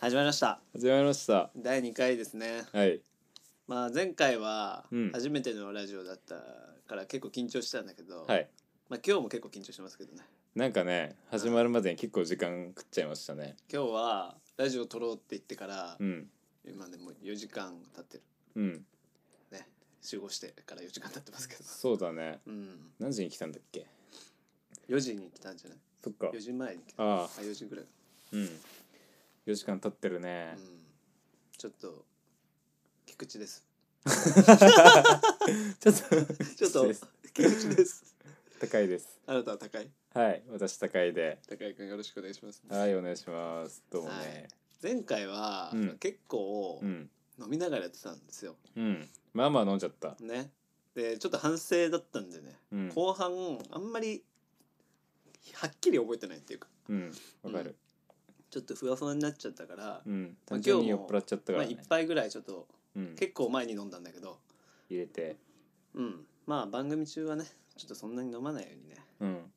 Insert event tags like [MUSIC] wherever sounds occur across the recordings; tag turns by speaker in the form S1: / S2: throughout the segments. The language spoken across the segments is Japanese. S1: 始まりました
S2: 始まりました
S1: 第2回ですね
S2: はい
S1: まあ前回は
S2: うん
S1: 初めてのラジオだったから結構緊張したんだけど、
S2: はい
S1: まあ今日も結構緊張してますけどね
S2: なんかね始まるまでに結構時間食っちゃいましたね
S1: 今日はラジオ撮ろうって言ってから、
S2: うん
S1: 今でもう4時間経ってる
S2: うん
S1: ね集合してから4時間経ってますけど
S2: そうだね
S1: うん
S2: 何時に来たんだっけ
S1: 4時に来たんじゃない
S2: そっか
S1: ?4 時前に来たあ
S2: ああ
S1: 4時ぐらい、
S2: うん4時間経ってるね
S1: うん、ちょっと菊池です
S2: [LAUGHS] ちょっと
S1: ちょっと
S2: です
S1: 菊池です
S2: 高いです
S1: あなたは高い
S2: はい私高いで
S1: 高井君よろしくお願いします
S2: はいお願いしますどうもね
S1: 前回は、
S2: うん
S1: 結構
S2: うん
S1: 飲みながらやってたんですよ
S2: うんまあまあ飲んじゃった
S1: ねでちょっと反省だったんでね、
S2: うん
S1: 後半あんまりはっきり覚えてないっていうか
S2: うんわかる
S1: ちょっとふわふわになっちゃったから、
S2: うん単純に酔っ払っちゃったか
S1: まあ、
S2: らね
S1: 一杯ぐらいちょっと
S2: うん
S1: 結構前に飲んだんだけど
S2: 入れて
S1: うんまあ番組中はねちょっとそんなに飲まないようにね
S2: うん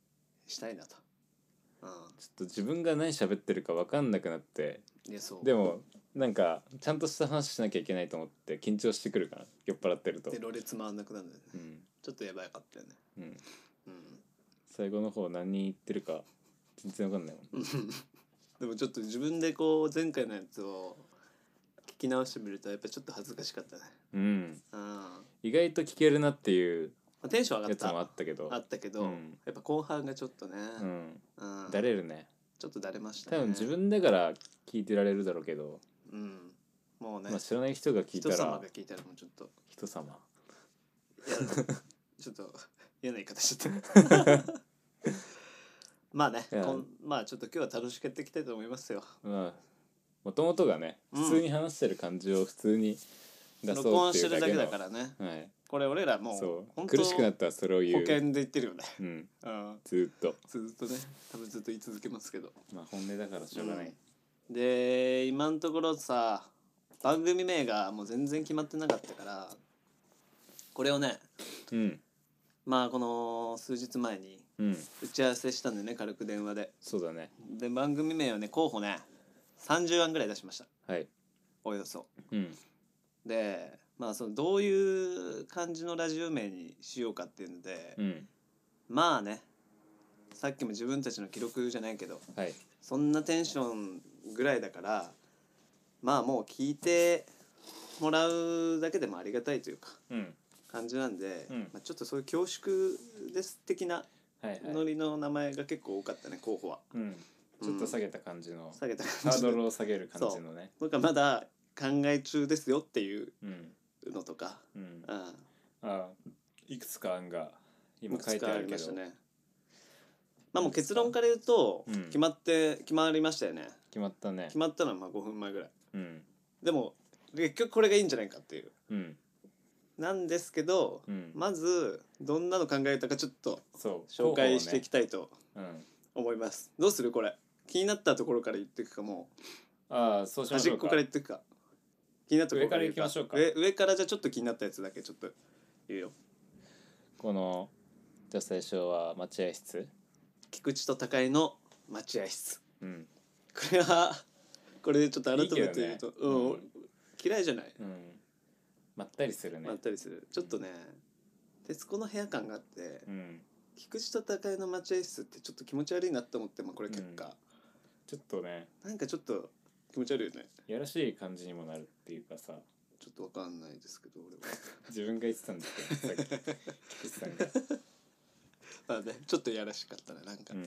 S1: したいなと
S2: ちょっと自分が何喋ってるか分かんなくなって
S1: うんいやそう
S2: でもなんかちゃんとした話しなきゃいけないと思って緊張してくるから酔っ払ってると
S1: で、ろれつ回んなくなるんだよね
S2: うん
S1: ちょっとやばかったよね
S2: うん、
S1: うん
S2: 最後の方何言ってるか全然分かんないもん
S1: うん [LAUGHS] でもちょっと自分でこう前回のやつを聞き直してみるとやっぱちょっと恥ずかしかったね、
S2: うん
S1: うんま
S2: 意外と聞けるなっていう
S1: あ、テンション上が
S2: や
S1: っ
S2: つもあ
S1: た
S2: ったけど
S1: あったけど、
S2: うん
S1: やっぱ後半がちょっとね、
S2: うん
S1: うん
S2: だれるね
S1: ちょっとだれましたね
S2: 多分自分だから聞いてられるだろうけど、
S1: うんもうね、
S2: まあ、知らない人が聞いた
S1: 人様
S2: ら
S1: が聞いたらもうちょっと [LAUGHS]
S2: 人様
S1: いやちょっと嫌な言い方しちゃった
S2: [LAUGHS]
S1: まあね、
S2: いや
S1: こんまあちょっと今日は楽しくやっていきたいと思いますよ
S2: まあもともとがね
S1: うん
S2: 普通に話してる感じを普通に出
S1: 録
S2: そう
S1: 音
S2: って
S1: し
S2: い
S1: て
S2: う
S1: るだけだ
S2: の
S1: からね
S2: はい
S1: これ俺らもう
S2: そう
S1: 本
S2: 苦
S1: 当
S2: しくな
S1: 保
S2: ったらそれを言う
S1: 険で言ってるよね
S2: うん
S1: うん
S2: ずーっと
S1: ずっとね多分ずっと言い続けますけど
S2: まあ本音だからしょうがない、
S1: で今のところさ番組名がもう全然決まってなかったからこれをね
S2: うん
S1: まあこの数日前に
S2: うん
S1: 打ち合わせしたんでね軽く電話で
S2: そうだね
S1: で番組名をね候補ね30案ぐらい出しました
S2: はい
S1: およそ
S2: うん
S1: でまあそのどういう感じのラジオ名にしようかっていうので、
S2: うん
S1: まあねさっきも自分たちの記録じゃないけど
S2: はい
S1: そんなテンションぐらいだからまあもう聞いてもらうだけでもありがたいというか
S2: うん
S1: 感じなんで、
S2: うん
S1: まあ、ちょっとそういう恐縮です的な
S2: はいはい
S1: ノリの名前が結構多かったね候補は
S2: うん、ちょっと下げた感じの、
S1: 下げた
S2: ハ
S1: 感
S2: ー
S1: じで
S2: ドルを下げる感じのね
S1: 僕はまだ考え中ですよっていう
S2: うん
S1: のとか、
S2: うん
S1: う
S2: あ
S1: ん、
S2: あいくつか案が今
S1: いく
S2: 書い
S1: つ
S2: て
S1: か
S2: あ
S1: あ
S2: る
S1: り
S2: け
S1: まし
S2: ど
S1: たねまあもう結論から言うと、
S2: うん
S1: 決まって決まりましたよね
S2: 決まったね
S1: 決まったのはまあ5分前ぐらい
S2: うん
S1: でも結局これがいいんじゃないかっていう
S2: うん
S1: なんですけど、
S2: うん、
S1: まずどんなの考えたかちょっと
S2: そう
S1: 紹介していき
S2: た、
S1: たいと
S2: うん、
S1: 思います、どうするこれ気になったところから言っていくかも
S2: ああそう
S1: う
S2: しまし
S1: 端
S2: ょ
S1: っ
S2: う
S1: こ
S2: か
S1: から言っていくか気になったところ
S2: 上から行きましょうか
S1: 上上からじゃあちょっと気になったやつだけちょっと言うよ
S2: このじゃあ最初は待合室
S1: 菊池と高井の待合室
S2: うん
S1: これはこれでちょっと改め
S2: いい
S1: て
S2: けど
S1: 言う
S2: ね
S1: と
S2: うん
S1: うん、嫌いじゃない、
S2: うんまったりするね
S1: まったりするちょっとね徹子の部屋感があって、
S2: うん
S1: 菊池と高井の待合室ってちょっと気持ち悪いなって思ってもこれ結果、
S2: ちょっとね
S1: なんかちょっと気持ち悪いよね
S2: やらしい感じにもなるっていうかさ
S1: ちょっとわかんないですけど俺は
S2: 自分が言ってたんだけどさっき菊池さんが、
S1: [LAUGHS] まあねちょっとやらしかったねなんか、
S2: う
S1: わ
S2: ん、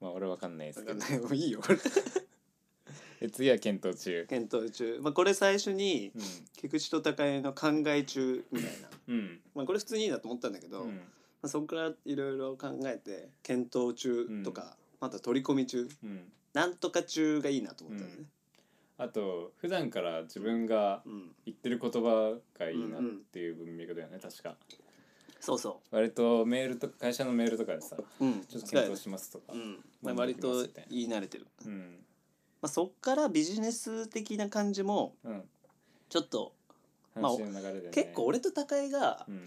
S2: まあ俺わかんないです
S1: か
S2: け
S1: ん
S2: ど
S1: ないもういいよこれ
S2: で次は検討中
S1: 検討中、まあ、これ最初に
S2: うん
S1: 菊池と高井の考え中みたいな
S2: うん
S1: まあこれ普通にいいなと思ったんだけど、
S2: う
S1: ま
S2: ん
S1: あ、そこからいろいろ考えて検討中とか、また取り込み中
S2: うん
S1: なんとか中がいいなと思ったんだね、
S2: あと普段から自分が
S1: うん
S2: 言ってる言葉がいいなっていう文脈だよね確か
S1: そうそ
S2: 割とメールとか会社のメールとかでさ
S1: う、うん、
S2: ちょっと
S1: 近い
S2: 検
S1: ね
S2: 討しますとか
S1: うんまあ、割と言い慣れてる、
S2: う
S1: ま
S2: ん
S1: あ、そっからビジネス的な感じも
S2: うん
S1: ちょっとまあ
S2: 話の流れでね
S1: 結構俺と高井が
S2: うん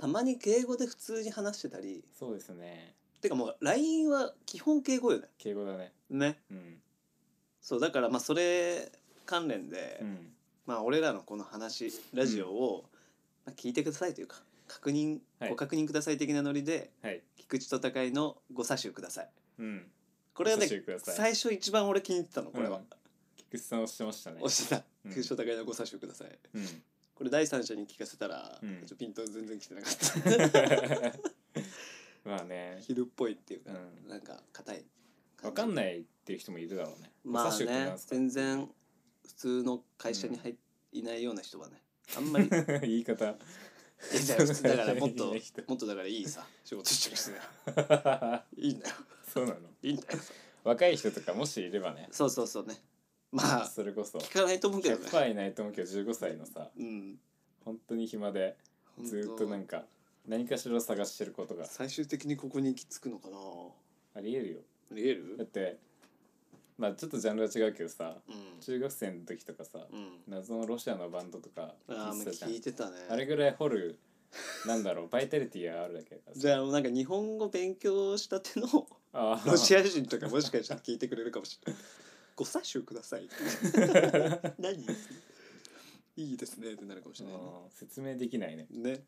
S1: たまに敬語で普通に話してたり
S2: そうですね
S1: てかもう LINE は基本敬語よね
S2: 敬語だね
S1: ね
S2: うん
S1: そうだからまあそれ関連で、
S2: うん
S1: まあ俺らのこの話ラジオを、まあ、聞いてくださいというか確認、
S2: はい
S1: ご確認ください的なノリで
S2: はい
S1: 菊池と高井のご差しください
S2: うん
S1: これはね
S2: ご差しください
S1: 最初一番俺気に入ってたのこれは、
S2: うん菊池さんをしてましたね
S1: 押してた
S2: うん
S1: 菊池と高井のご差しください
S2: うん [LAUGHS]
S1: これ第三者に聞かせたら、
S2: うん
S1: ちょっとピント全然来てなか
S2: [LAUGHS]
S1: った [LAUGHS]
S2: まあね
S1: 昼っぽいっていうか、
S2: うん
S1: なんか硬い
S2: わかん
S1: い
S2: ないっていう人もいるだろうね
S1: ま
S2: お
S1: あ
S2: 刺身ってな
S1: ね
S2: んですか
S1: 全然普通の会社に入っ、いないような人はねあん
S2: [LAUGHS]
S1: まりいや
S2: 言い方
S1: じゃあ普通だからもっ
S2: [LAUGHS] い
S1: と
S2: ない人
S1: もっとだからいいさ仕事してる人
S2: [LAUGHS]
S1: だよいいんだよ
S2: そうなの
S1: いいんだよ
S2: 若い人とかもしいればね
S1: そうそうそうねまあ
S2: それこそ
S1: 聞かないと思うけどね
S2: 100%いないと思うけど15歳のさ
S1: うん
S2: 本当に暇でずーっとなん
S1: か
S2: か何かしらを探してることが
S1: 最終的にここに行き着くのかな
S2: ありえるよ
S1: ありえ
S2: だっ
S1: る
S2: てまあちょっとジャンルは違うけどさ
S1: うん
S2: 中学生の時とかさ
S1: うん
S2: 謎のロシアのバンドとか
S1: ああ
S2: 聞いてたじゃん
S1: 聞いてたね
S2: あれぐらい掘るなんだろうバイタリティがあるだけだからさ
S1: じゃあなんか日本語勉強したての
S2: あー
S1: ロシア人とかもしかしたら聞いてくれるかもしれない。ご差しくださ
S2: [LAUGHS]
S1: い。何いいですねってなるかもしれないね
S2: うん説明できないね
S1: ね。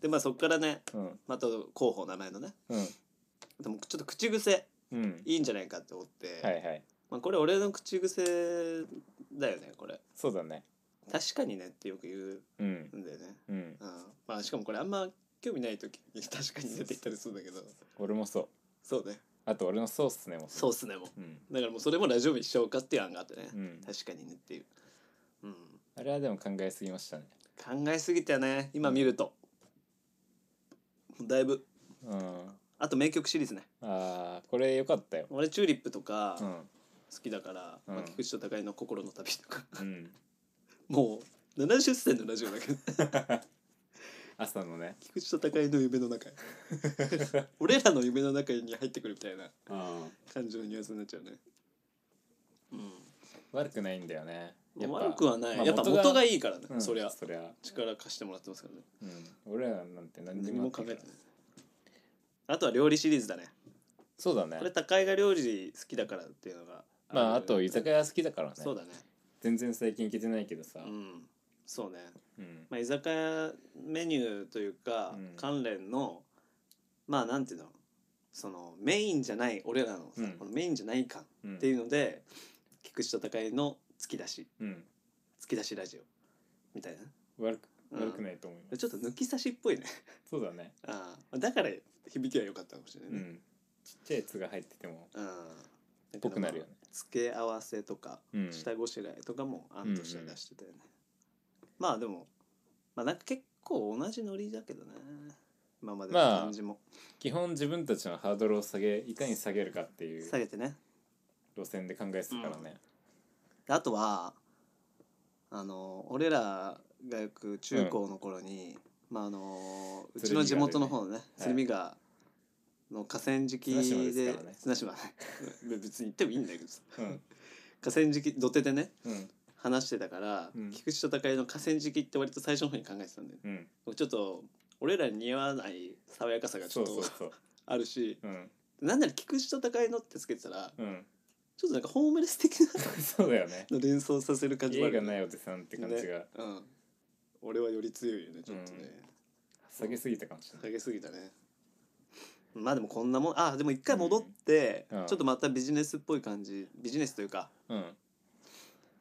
S1: でまあそこからね
S2: うん
S1: また候補名前のね
S2: うん
S1: でもちょっと口癖
S2: うん
S1: いいんじゃないかって思って、
S2: はいはい
S1: まあ、これ俺の口癖だよねこれ
S2: そうだね
S1: 確かにねってよく言
S2: うん
S1: うんだよね、
S2: うん
S1: うんまあ、しかもこれあんま興味ない時に [LAUGHS] 確かにねって言ったりするんだけど
S2: 俺もそう
S1: そうね
S2: あと俺のそうっすねも
S1: そう
S2: う
S1: っすねもう
S2: うん
S1: だからもうそれもラジオにしちゃおうかっていう案があってね、
S2: うん
S1: 確かにねっていう、うん、
S2: あれはでも考えすぎましたね
S1: 考えすぎたよね今見ると、だいぶ
S2: うん
S1: あと名曲シリーズね
S2: あーこれ良かったよ
S1: 俺チューリップとか
S2: うん
S1: 好きだから、
S2: うん
S1: まあ、菊池と高井の心の旅とか
S2: うん
S1: もう70歳のラジオだけど
S2: 朝のね
S1: 菊池と高井の夢の
S2: [LAUGHS]
S1: 中へ俺らの夢の中に入ってくるみたいな
S2: あ
S1: 感情のニュアンスになっちゃうね
S2: 悪くないんだよね
S1: うん悪くはない、
S2: まあ
S1: やっぱ元がいいからね、
S2: うん
S1: そりゃ
S2: そりゃ
S1: 力貸してもらってますからね
S2: うん俺らなんて何に
S1: 何
S2: も
S1: も
S2: 考
S1: 考
S2: え
S1: えて
S2: て
S1: な
S2: ないい
S1: あとは料理シリーズだね
S2: そうだね
S1: これ高井が料理好きだからっていうのが
S2: まああと居
S1: い
S2: 酒屋好きだからね
S1: そうだね
S2: 全然最近行けてないけどさ
S1: うんそうね、
S2: うん
S1: まあ、居酒屋メニューというか、
S2: うん
S1: 関連のまあなんていうのそのメインじゃない俺らのさ、
S2: うん
S1: このメインじゃない感っ
S2: うん
S1: ていうので、菊池と高井の突き出し
S2: うん
S1: 突き出しラジオみたいな
S2: 悪く
S1: うん
S2: 悪くないと思います
S1: ちょっと抜き差しっぽいね
S2: そうだね
S1: ああだから響きは良かったかもしれないうね、
S2: んちっちゃい「つ」が入ってても
S1: うん。
S2: ぽくなるよね。
S1: 付け合わせとか、
S2: うん
S1: 下ごしらえとかも案として出してたよね。まあでも、まあなんか結構同じノリだけどね。今までの
S2: まあ
S1: 感じも
S2: 基本自分たちのハードルを下げいかに下げるかっていう
S1: 下げてね。
S2: 路線で考えてたからね
S1: であとは、あの、俺らがよく中高の頃に、まああの、うちの地元の方のね、
S2: 鶴
S1: 鶴
S2: 見
S1: 見川の河川敷
S2: 綱島です
S1: で
S2: からね、
S1: 綱島 [LAUGHS] ね。別に行ってもいいんだけどさ
S2: うん
S1: 河川敷、土手でね、
S2: うん
S1: 話してたから、
S2: うん
S1: 菊池と高井の河川敷って割と最初の方に考えてたんだよね
S2: うん
S1: ちょっと俺らに似合わない爽やかさがち
S2: そ
S1: ょっ
S2: うそう
S1: と
S2: そう
S1: あるし
S2: うん
S1: なんなら菊池と高井のってつけてたら
S2: うん [LAUGHS]
S1: ちょっとなんかホームレス的な [LAUGHS]
S2: そうだよね
S1: の連想させる感じもあ
S2: 家
S1: る
S2: が
S1: よね
S2: ないおじさんって感じが
S1: ねうん、俺はより強いよねちょっとね、
S2: 下げすぎたかもしれない
S1: 下げすぎたねまあでもこんなもんあでも一回戻って、
S2: うんうん
S1: ちょっとまたビジネスっぽい感じビジネスというか、
S2: うん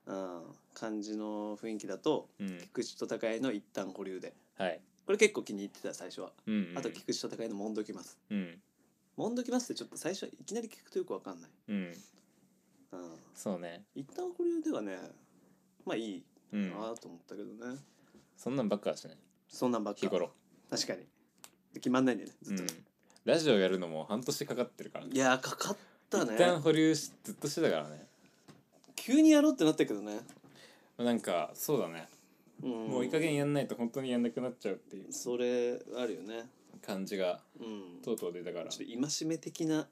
S1: うん、感じの雰囲気だと
S2: うん
S1: 菊池と高井の一旦保留で
S2: はい
S1: これ結構気に入ってた最初は、
S2: うんうん
S1: あと菊池と高いの「もんどきます」
S2: うん
S1: 「もんどきます」ってちょっと最初いきなり聞くとよくわかんない、
S2: うん
S1: うん、
S2: そうね
S1: 一旦保留ではねまあいい
S2: うん
S1: なと思ったけどね、
S2: そんなんばっかだしね
S1: そんなんばっか
S2: 日頃
S1: 確かに決まんないんだよねず
S2: う
S1: っと
S2: ん
S1: ね、
S2: ラジオやるのも半年かかってるからね
S1: いやーかかった
S2: 一旦
S1: ね
S2: 保留しずっとしてたからね
S1: 急にやろうってなったけどね、
S2: なんかそうだね
S1: うん、
S2: もういい加減やんないと本当にやんなくなっちゃうっていう
S1: それあるよね
S2: 感じが
S1: うんち
S2: と
S1: ょっ
S2: うとう出たから
S1: と戒め的な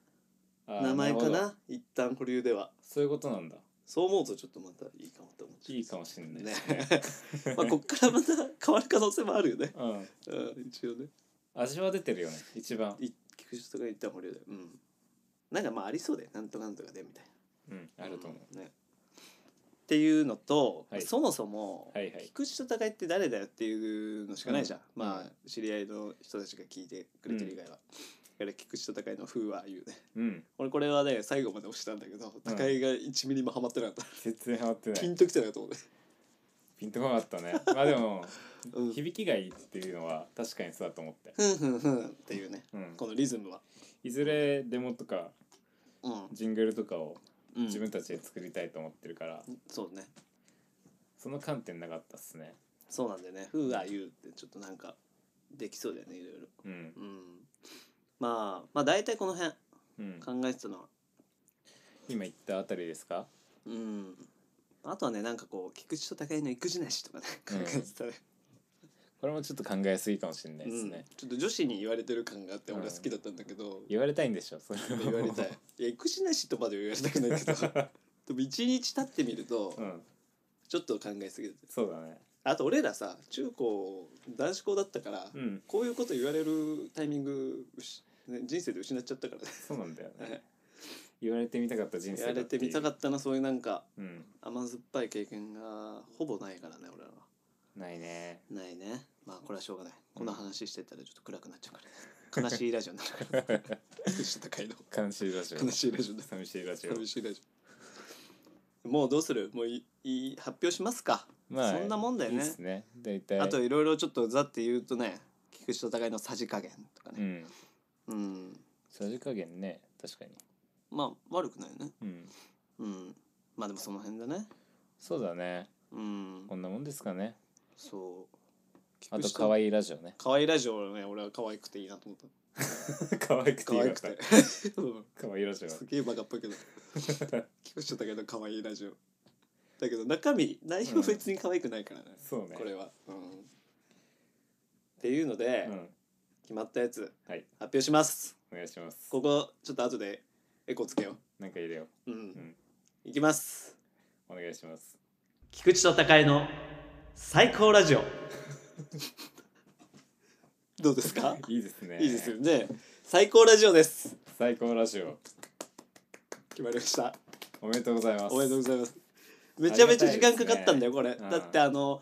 S2: あー
S1: 名前か
S2: る
S1: な
S2: ほど
S1: 一旦保留では
S2: そういうことなんだ
S1: そう思うとちょっとまたいいかもって思っちゃう
S2: いいかもしれない
S1: ね
S2: です
S1: [LAUGHS] まあこっからまた変わる可能性もあるよね
S2: [LAUGHS] うん
S1: うん一応ね
S2: 味は出てるよね一番
S1: い聞く人が言ったら保留だようんなんかまあありそうでなんとかなんとかでみたい
S2: うん、あると思う、
S1: んね、っていうのと、
S2: はい
S1: そもそも、
S2: はいはい
S1: 菊池と高井って誰だよっていうのしかないじゃん、
S2: うん
S1: ま
S2: う
S1: あ知り合いの人たちが聞いてくれてる以外は、だから菊池と高井の「風は言うね [LAUGHS]
S2: うん
S1: 俺これはね最後まで押したんだけど高井が1ミリもハマってなかった、
S2: 全然ハマってな
S1: ピ
S2: い
S1: ンときてなかったもんね、
S2: ピンとこなかっ
S1: [LAUGHS]
S2: たねまあでも
S1: うん、
S2: 響きがいいっていうのは確かにそうだと思って、
S1: ふんふんふんっていうね
S2: うん、
S1: このリズムは、
S2: いずれデモとか
S1: うん
S2: ジングルとかを
S1: うん、
S2: 自分たちで作りたいと思ってるから、
S1: そうね
S2: その観点なかったっすね
S1: そうなんだよね「風は言う」ってちょっとなんかできそうだよねいろいろ、
S2: うん
S1: うん、まあまあ大体この辺
S2: うん
S1: 考えてたのは
S2: 今言ったあたりですか
S1: うんあとはねなんかこう菊池と高井の育児なしとかね考えてたね,
S2: これもちょっと考えすぎかもしれな
S1: う
S2: い
S1: ん、
S2: ですね、
S1: ちょっと女子に言われてる感があって
S2: うん
S1: 俺は好きだったんだけど、
S2: 言われたいんでしょそれ
S1: 言われたいいや育児なしとまでは言われたくないけど [LAUGHS] でも一日経ってみると、
S2: [LAUGHS] うん
S1: ちょっと考えすぎてて
S2: そうだね
S1: あと俺らさ中高男子校だったから、
S2: うん
S1: こういうこと言われるタイミングうしね人生で失っちゃったからね
S2: そうなんだよ
S1: はい
S2: ね言われてみたかった人生
S1: [LAUGHS] やれてみたかっ
S2: っ
S1: たなそういうなんか
S2: たうん
S1: 甘酸っぱい経験がほぼないからね俺らは
S2: ない
S1: [LAUGHS]
S2: ね
S1: ないねまあこれはしょうがないこの話してたらちょっと暗くなっちゃうから悲しいラジオになるから少し高いの
S2: 悲しいラジオ
S1: 悲しいラジオだ
S2: 寂しいラジオ
S1: 寂しいラジオもうどうするもういいい発表しますか、
S2: まあ
S1: そんなもんだよ
S2: いい
S1: ね
S2: ですね大体
S1: あといろいろちょっとざって言うとね菊池と高いのさじ加減とか
S2: う
S1: ね
S2: ん
S1: うん、
S2: さじ加減ね確かに
S1: まあ悪くないよね
S2: うん
S1: うんまあでもその辺だね
S2: そうだね
S1: うん
S2: こんなもんですかね
S1: そう
S2: あと
S1: か
S2: 可
S1: わい
S2: 愛いラジオね
S1: 可愛いラジオはね俺は可愛くていいなと思った
S2: 可愛く
S1: 可愛く
S2: か
S1: て [LAUGHS]
S2: っ
S1: うん
S2: た可愛いラジオ
S1: すげえバカっぽいけど聞こえちゃったけど可愛いラジオだけど中身内容別に可愛くないからね、
S2: そうね
S1: これは、うん、っていうので、
S2: うん
S1: 決まったやつ
S2: はい
S1: 発表します
S2: お願いします
S1: ここちょっと後でエコつけよ
S2: なんか入れよ
S1: ううん、
S2: ん
S1: いきます
S2: うお願いします
S1: 菊池と高井の最高ラジ
S2: [LAUGHS]
S1: オどうですか
S2: いいですね
S1: いいですよね最高ラジオです
S2: 最高ラジオ
S1: 決まりました
S2: おめでとうございます
S1: おめでとうございます。め
S2: りが
S1: ちゃ
S2: たいで
S1: めち
S2: す
S1: ゃ
S2: ね
S1: 時間かかったんだよ、これ。
S2: うん
S1: だって、あの、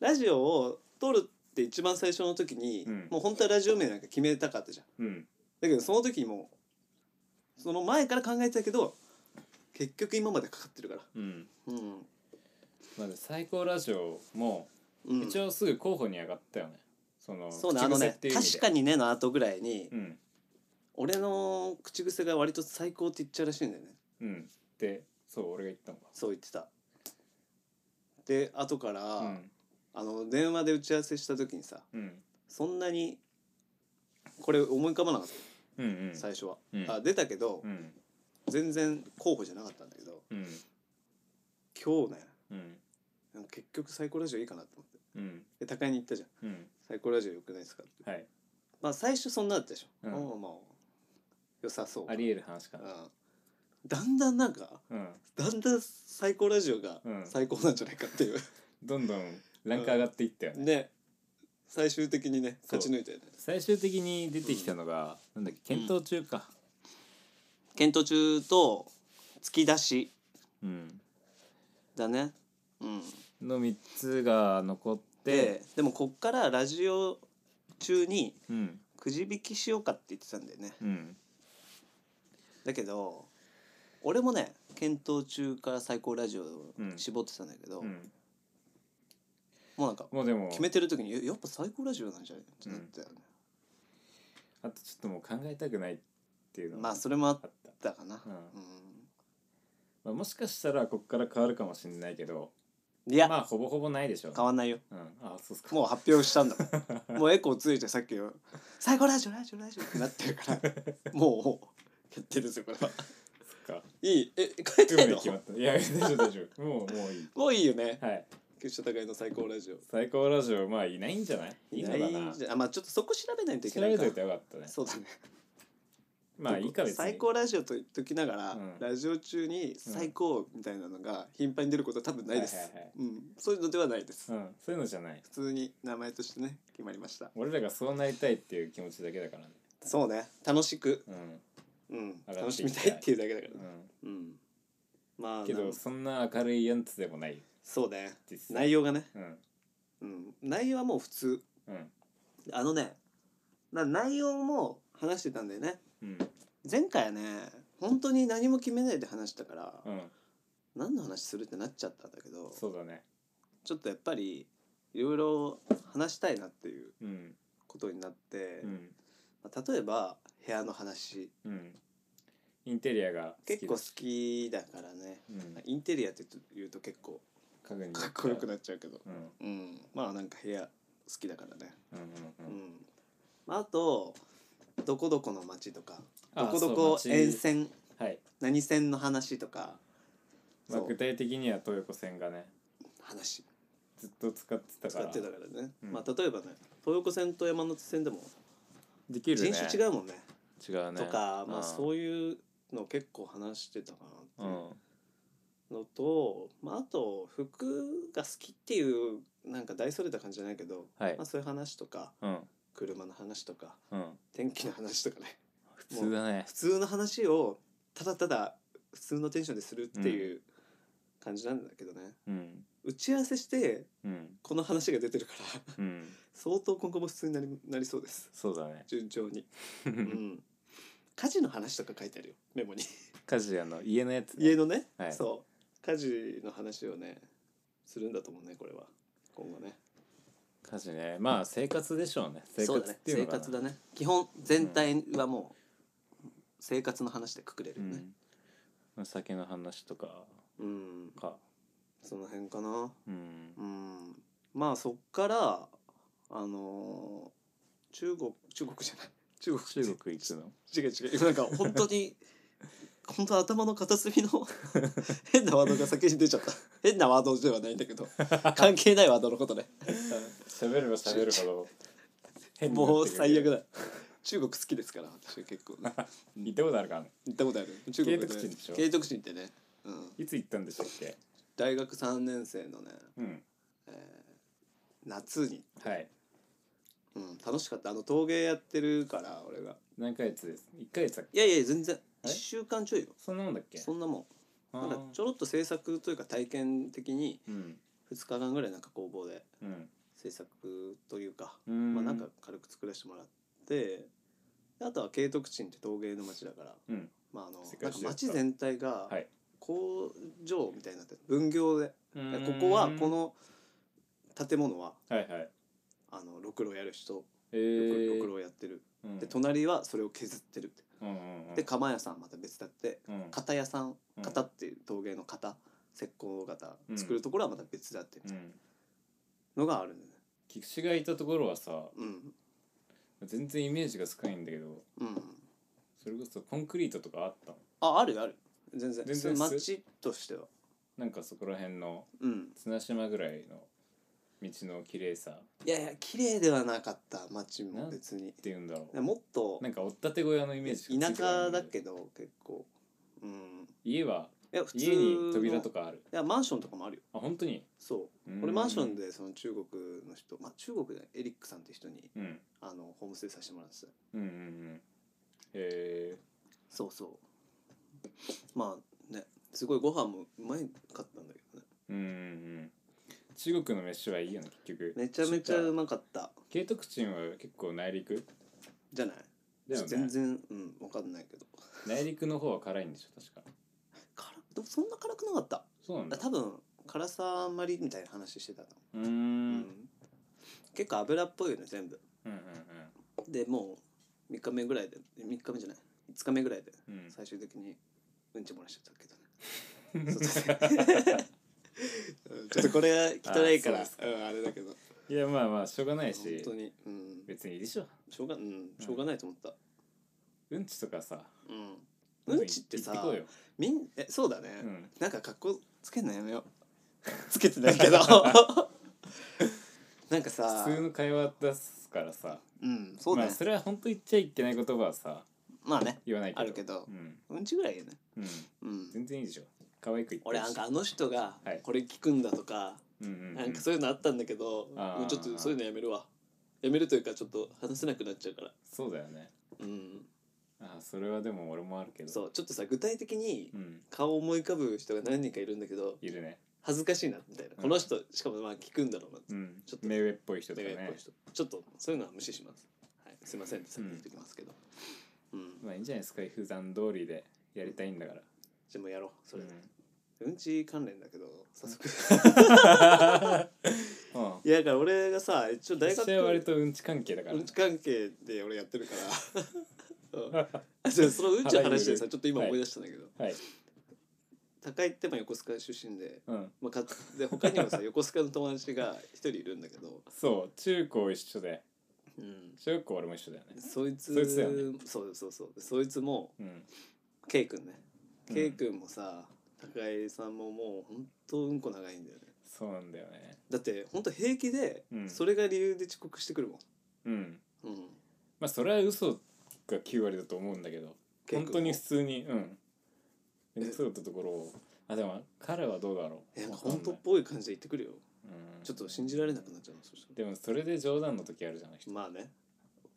S1: ラジオを撮るって一番最初の時に、
S2: うん
S1: もう本当はラジオ名なんか決めたかったじゃん。
S2: うん
S1: だけど、その時にもう、その前から考えてたけど、結局今までかかってるから。
S2: うん
S1: うん。
S2: まず最高ラジオも
S1: うん、
S2: 一応すぐ候補に上がったよねその
S1: そうね、あ
S2: 口
S1: の
S2: 癖っ
S1: ね、
S2: ていう意味で
S1: 確かにねの後ぐらいに、
S2: うん
S1: 俺の口癖が割と最高って言っちゃうらしいんだよね。
S2: うんでそう俺が言ったのか
S1: そう言ってた。で、後から、
S2: うん
S1: あの、電話で打ち合わせした時にさ、
S2: うん
S1: そんなにこれ思い浮かばなかっ
S2: うんうん
S1: た最初は、
S2: うん
S1: あ出たけど、
S2: うん
S1: 全然候補じゃなかったんだけど
S2: うん
S1: 今日ね
S2: うん
S1: なんか結局最高ラジオいいかなと思って
S2: うん
S1: で高井に行ったじゃん
S2: うん
S1: 「最高ラジオよくないですか?」って、
S2: はい
S1: まあ最初そんなだったでしょ、
S2: うん
S1: まあまあ良さそう
S2: ありえる話か
S1: う、
S2: なん
S1: だんだんなんか
S2: うん
S1: だんだん最高ラジオが
S2: うん
S1: 最高なんじゃないかって
S2: [LAUGHS]
S1: いう、
S2: どんどんランク上がっていったよね
S1: ね最終的にね
S2: そう
S1: 勝ち抜いたよね
S2: 最終的に出てきたのがなんだっけ検討中か
S1: 検討中と突き出し
S2: うん
S1: だねうん
S2: の3つが残っ
S1: で
S2: て
S1: でもこっからラジオ中に
S2: うん
S1: くじ引きしようかって言ってたんだよね
S2: うん
S1: だけど俺もね検討中から最高ラジオを絞ってたんだけど、
S2: うん
S1: もうなんか
S2: もうでも
S1: 決めてる時にえやっぱ最高ラジオなんじゃないってなったよね、
S2: あとちょっともう考えたくないっていうの
S1: ま
S2: もあ
S1: あ
S2: っ、
S1: それもあったたかな、
S2: うん
S1: う
S2: まあ、もしかしたらここから変わるかもしれないけど
S1: んいや、
S2: まあほぼほぼないでしょう、
S1: 変わんないよ
S2: うん、あそうっすか
S1: もう発表したんだ
S2: [LAUGHS]
S1: もんもうエコーついてさっきの「最高ラジオラジオラジオ」ってなってるからもう決定ですよこれは
S2: そっか
S1: いいえ変え
S2: 運
S1: たい
S2: 命
S1: の
S2: 決まったいや大丈夫大丈夫もうもういい
S1: もういいよね
S2: はい
S1: 決勝高いの最高ラジオ
S2: 最高ラジオまあいないんじゃないいいのかな
S1: じゃんあまあちょっとそこ調べないといけ
S2: 調
S1: ない
S2: べ
S1: か
S2: といてよかったね
S1: そうだね
S2: まあいいか別に
S1: 最高ラジオと言っときながら、
S2: うん
S1: ラジオ中に最高みたいなのが頻繁に出ることは多分ないです、
S2: はいはいはい
S1: うん、そういうのではないです、
S2: うんそういうのじゃない
S1: 普通に名前としてね決まりました
S2: 俺らがそうなりたいっていう気持ちだけだからね
S1: そうね楽しく、
S2: うん
S1: うん、
S2: 上が
S1: 楽
S2: って
S1: し
S2: い
S1: み
S2: きた
S1: た
S2: い
S1: いっていうだけだから
S2: う
S1: ね
S2: ん
S1: うんまあ
S2: け
S1: な
S2: ど
S1: ん
S2: そんな明るいやつでもない
S1: そうね
S2: 実際
S1: 内容がね、
S2: うん
S1: うん、内容はもう普通
S2: うん
S1: あのねな内容も話してたんだよね
S2: うん
S1: 前回はね本当に何も決めないで話したから、
S2: うん
S1: 何の話するってなっちゃったんだけど
S2: そうだね
S1: ちょっとやっぱりいろいろ話したいなっていう
S2: うん
S1: ことになって、
S2: うん
S1: まあ、例えば部屋の話
S2: うんインテリアが好
S1: 結
S2: き
S1: 構
S2: だ
S1: 好きだからね
S2: うん
S1: インテリアって言うと結構
S2: 家具に
S1: かっこよく
S2: な
S1: な
S2: い
S1: っちゃうけど、
S2: うん
S1: うん、まあなんか部屋好きだからね、
S2: うんう
S1: うん
S2: うん
S1: んまあ、あとどこどこの町とか
S2: あ
S1: どこど
S2: そう
S1: こ
S2: 街
S1: 沿線
S2: はい
S1: 何線の話とか
S2: まあ
S1: そう
S2: 具体的には東横線がね
S1: 話
S2: ずっと使ってた
S1: 使
S2: から
S1: ってたからね、
S2: うん
S1: まあ例えばね東横線と山手線でも
S2: できるね
S1: 人種違うもんね
S2: 違うね
S1: とか、まあ、
S2: い
S1: そういうの結構話してたか
S2: う
S1: なってい
S2: ん
S1: うのと、まあ、あと服が好きっていうなんか大それた感じじゃないけど、
S2: はい
S1: まあ、そういう話とか
S2: うん
S1: 車の話とか
S2: うん
S1: 天気の話とかね
S2: 普通だね
S1: 普通の話をただただ普通のテンションでするっていう感じなんだけどね、
S2: うん
S1: 打ち合わせして
S2: うん
S1: この話が出てるから [LAUGHS]
S2: うん
S1: 相当今後も普通になりなりそうです
S2: そうだね
S1: 順調に、うん、家事の話とか書いてあるよメモに
S2: 家事あの家のやつね
S1: 家のね、
S2: はい
S1: そう家事の話をねするんだと思うねこれは今後ね
S2: 家事ねまあ生活でしょうね生
S1: そう
S2: 活
S1: だ
S2: っ
S1: ね
S2: ていう
S1: 生
S2: のかな
S1: 活だね基本全体はもう生活の話でくくれる
S2: う
S1: よね
S2: んお酒の話とか
S1: うん、
S2: か
S1: その辺かな
S2: うん
S1: うんまあそっからあのー中国中国じゃない中国
S2: 中国行くの
S1: 違う違うなんか本当
S2: [LAUGHS]
S1: に本当頭の片隅の [LAUGHS] 変なワードが先に出ちゃった変なワードではないんだけど関係ないワードのことね
S2: 喋れば喋るほど [LAUGHS] 変になってくる
S1: もう最悪だ中国好きですから私は結構ね
S2: 行ったことあるからね
S1: 行ったことある中国
S2: 慶徳鎮でしょ
S1: 慶徳鎮ってね、うん、
S2: いつ行ったんでしたっけ
S1: 大学3年生のね、
S2: うん
S1: えー夏に、
S2: はい
S1: うん、楽しかったあの陶芸やってるから俺が
S2: 何ヶ月です一ヶ月だっけ
S1: いやいや全然
S2: え
S1: 1週間ちょいよ
S2: そんなもんだっけ
S1: そんなも
S2: あ
S1: ん
S2: ー
S1: なんかちょろっと制作というか体験的に
S2: うん
S1: 2日間ぐらいなんか工房で
S2: うん
S1: 制作というか、
S2: うん
S1: まあなんか軽く作らせてもらってであとは慶徳鎮って陶芸の町だから
S2: うん
S1: まあ、あの
S2: 世
S1: な
S2: 界
S1: んか
S2: 中
S1: 町全体が
S2: はい
S1: 工場みたいになってる分業で、
S2: こ
S1: ここはこの建物は
S2: はいはい
S1: あのろくろやる人
S2: え
S1: ろくろ
S2: ー
S1: くろをやってる、
S2: うん
S1: で隣はそれを削ってるって、
S2: うんうんうん
S1: で釜屋さんまた別だって
S2: うん
S1: 型屋さん
S2: うん
S1: 型っていう陶芸の型石膏型
S2: うん
S1: 作るところはまた別だっていう
S2: うん
S1: のがあるんだよね
S2: 菊池がいたところはさ
S1: うん
S2: 全然イメージが少ないんだけど
S1: うん
S2: それこそコンクリートとかあったの
S1: ああるよある全然
S2: 全然
S1: それ町としては
S2: なんかそこら辺の
S1: うん
S2: 綱島ぐらいの道の綺麗さっ
S1: いやいや綺麗ではなかった町も別に
S2: ていうんだろう
S1: もっと
S2: なんかおったて小屋のイメージしか
S1: 田
S2: ついてこない
S1: 舎
S2: んだ
S1: だけど結構うん
S2: 家はい
S1: や普通の
S2: 家に扉とかある
S1: いやマンションとかもあるよ
S2: あ本当に
S1: そう
S2: うん
S1: 俺マンションでその中国の人まあ中国でエリックさんって人に
S2: うん
S1: あのホームステイさせてもらってた
S2: うんうんうんへえ
S1: そうそうまあねすごいご飯もうまいかったんだけどね
S2: うんうんうん中国の飯はいいよね結局
S1: めちゃめちゃう
S2: う
S1: まかった
S2: 慶徳鎮は結構内陸
S1: じゃない、
S2: だよ
S1: 全
S2: ね
S1: 然うん分かんないけど
S2: 内陸の方は辛いんでしょ確か
S1: 辛でもそんな辛くなかった
S2: そうなんだ
S1: 多分辛さあんまりみたいな話してたの
S2: うーんうん
S1: 結構油っぽいよね全部
S2: うん
S1: でもう3日目ぐらいで3日目じゃない5日目ぐらいで
S2: うんうん
S1: 最終的にうんち漏らしちゃ
S2: [LAUGHS]
S1: ったけどね外でうんちょっとこれは汚いから
S2: あ
S1: あ,、
S2: そう
S1: うん、あれだけど
S2: いやまあまあしょうがない
S1: 本
S2: し
S1: 当に、うん、
S2: 別にいいでしょ
S1: しょうがうんしょうがないと思った、
S2: うんちとかさ
S1: うん、うんちってさ
S2: 行こうよ
S1: みんえそうだね、
S2: うん
S1: なんか格好つけんのやめようつけ
S2: [LAUGHS]
S1: てないけど [LAUGHS] なんかさ
S2: 普通の会話出すからさ
S1: うんそうだ
S2: ま
S1: ね、
S2: あそれは本当言っちゃいけない言葉はさ
S1: まあね
S2: 言わないけど
S1: あるけど
S2: うん
S1: うんちぐらいよね、
S2: うん
S1: うん、
S2: 全然いいでしょ可愛く言って
S1: 俺なんかあの人が
S2: はい
S1: これ聞くんだとか、
S2: うんうん
S1: なんかそういうのあったんだけど、
S2: あー
S1: もうちょっとそういうのやめるわやめるというかちょっと話せなくなっちゃうから
S2: そうだよね
S1: うん
S2: ああそれはでも俺もあるけど
S1: そうちょっとさ具体的に
S2: うん
S1: 顔を思い浮かぶ人が何人かいるんだけど
S2: いるね
S1: 恥ずかしいなみたいな、
S2: うん
S1: この人しかもまあ聞くんだろうな
S2: うん
S1: ちょっと
S2: 目上っぽい人とか
S1: 願いっ
S2: ね
S1: ぽい人ちょっとそういうのは無視します、はい、すいませんって先に言っときますけど、うん
S2: まあいいんじゃないですか普段通りでやりたいんだから
S1: じゃあもうやろうそれ、
S2: うん
S1: うんち関連だけど早速
S2: うん
S1: [LAUGHS] いやだから俺がさ一応大学
S2: 私は割とうんち関係だから
S1: うんち関係で俺やってるから、 [LAUGHS] うんあ、そうそのうんちの話でさちょっと今思い出したんだけど、
S2: はい
S1: 高井ってまあ横須賀出身で,、
S2: うん
S1: まあ、かつで他にも
S2: [LAUGHS]
S1: さ横須賀の友達が一人いるんだけど、
S2: そう中高一緒で
S1: うん、
S2: 中学校俺も一緒だよね
S1: そいつ
S2: そいつだよね
S1: そうそうそうでそいつも
S2: うん
S1: ケイ君ね
S2: うん
S1: ケイ君もさ、高井さんももうほんとうんこ長いんだよね
S2: そうなんだよね
S1: だってほんと平気で
S2: うん
S1: それが理由で遅刻してくるもん、
S2: うん
S1: うん、
S2: まあそれは嘘が9割だと思うんだけど
S1: ケイ君
S2: 本
S1: も
S2: 当に普通にうんめんどくさかったところをあでも彼はどうだろう
S1: えなんか
S2: わかんな
S1: 本
S2: い
S1: 当っぽい感じで言ってくるよ
S2: うん
S1: ちょっと信じられなくなっちゃうのそした
S2: でもそれで冗談の時あるじゃない
S1: らまあね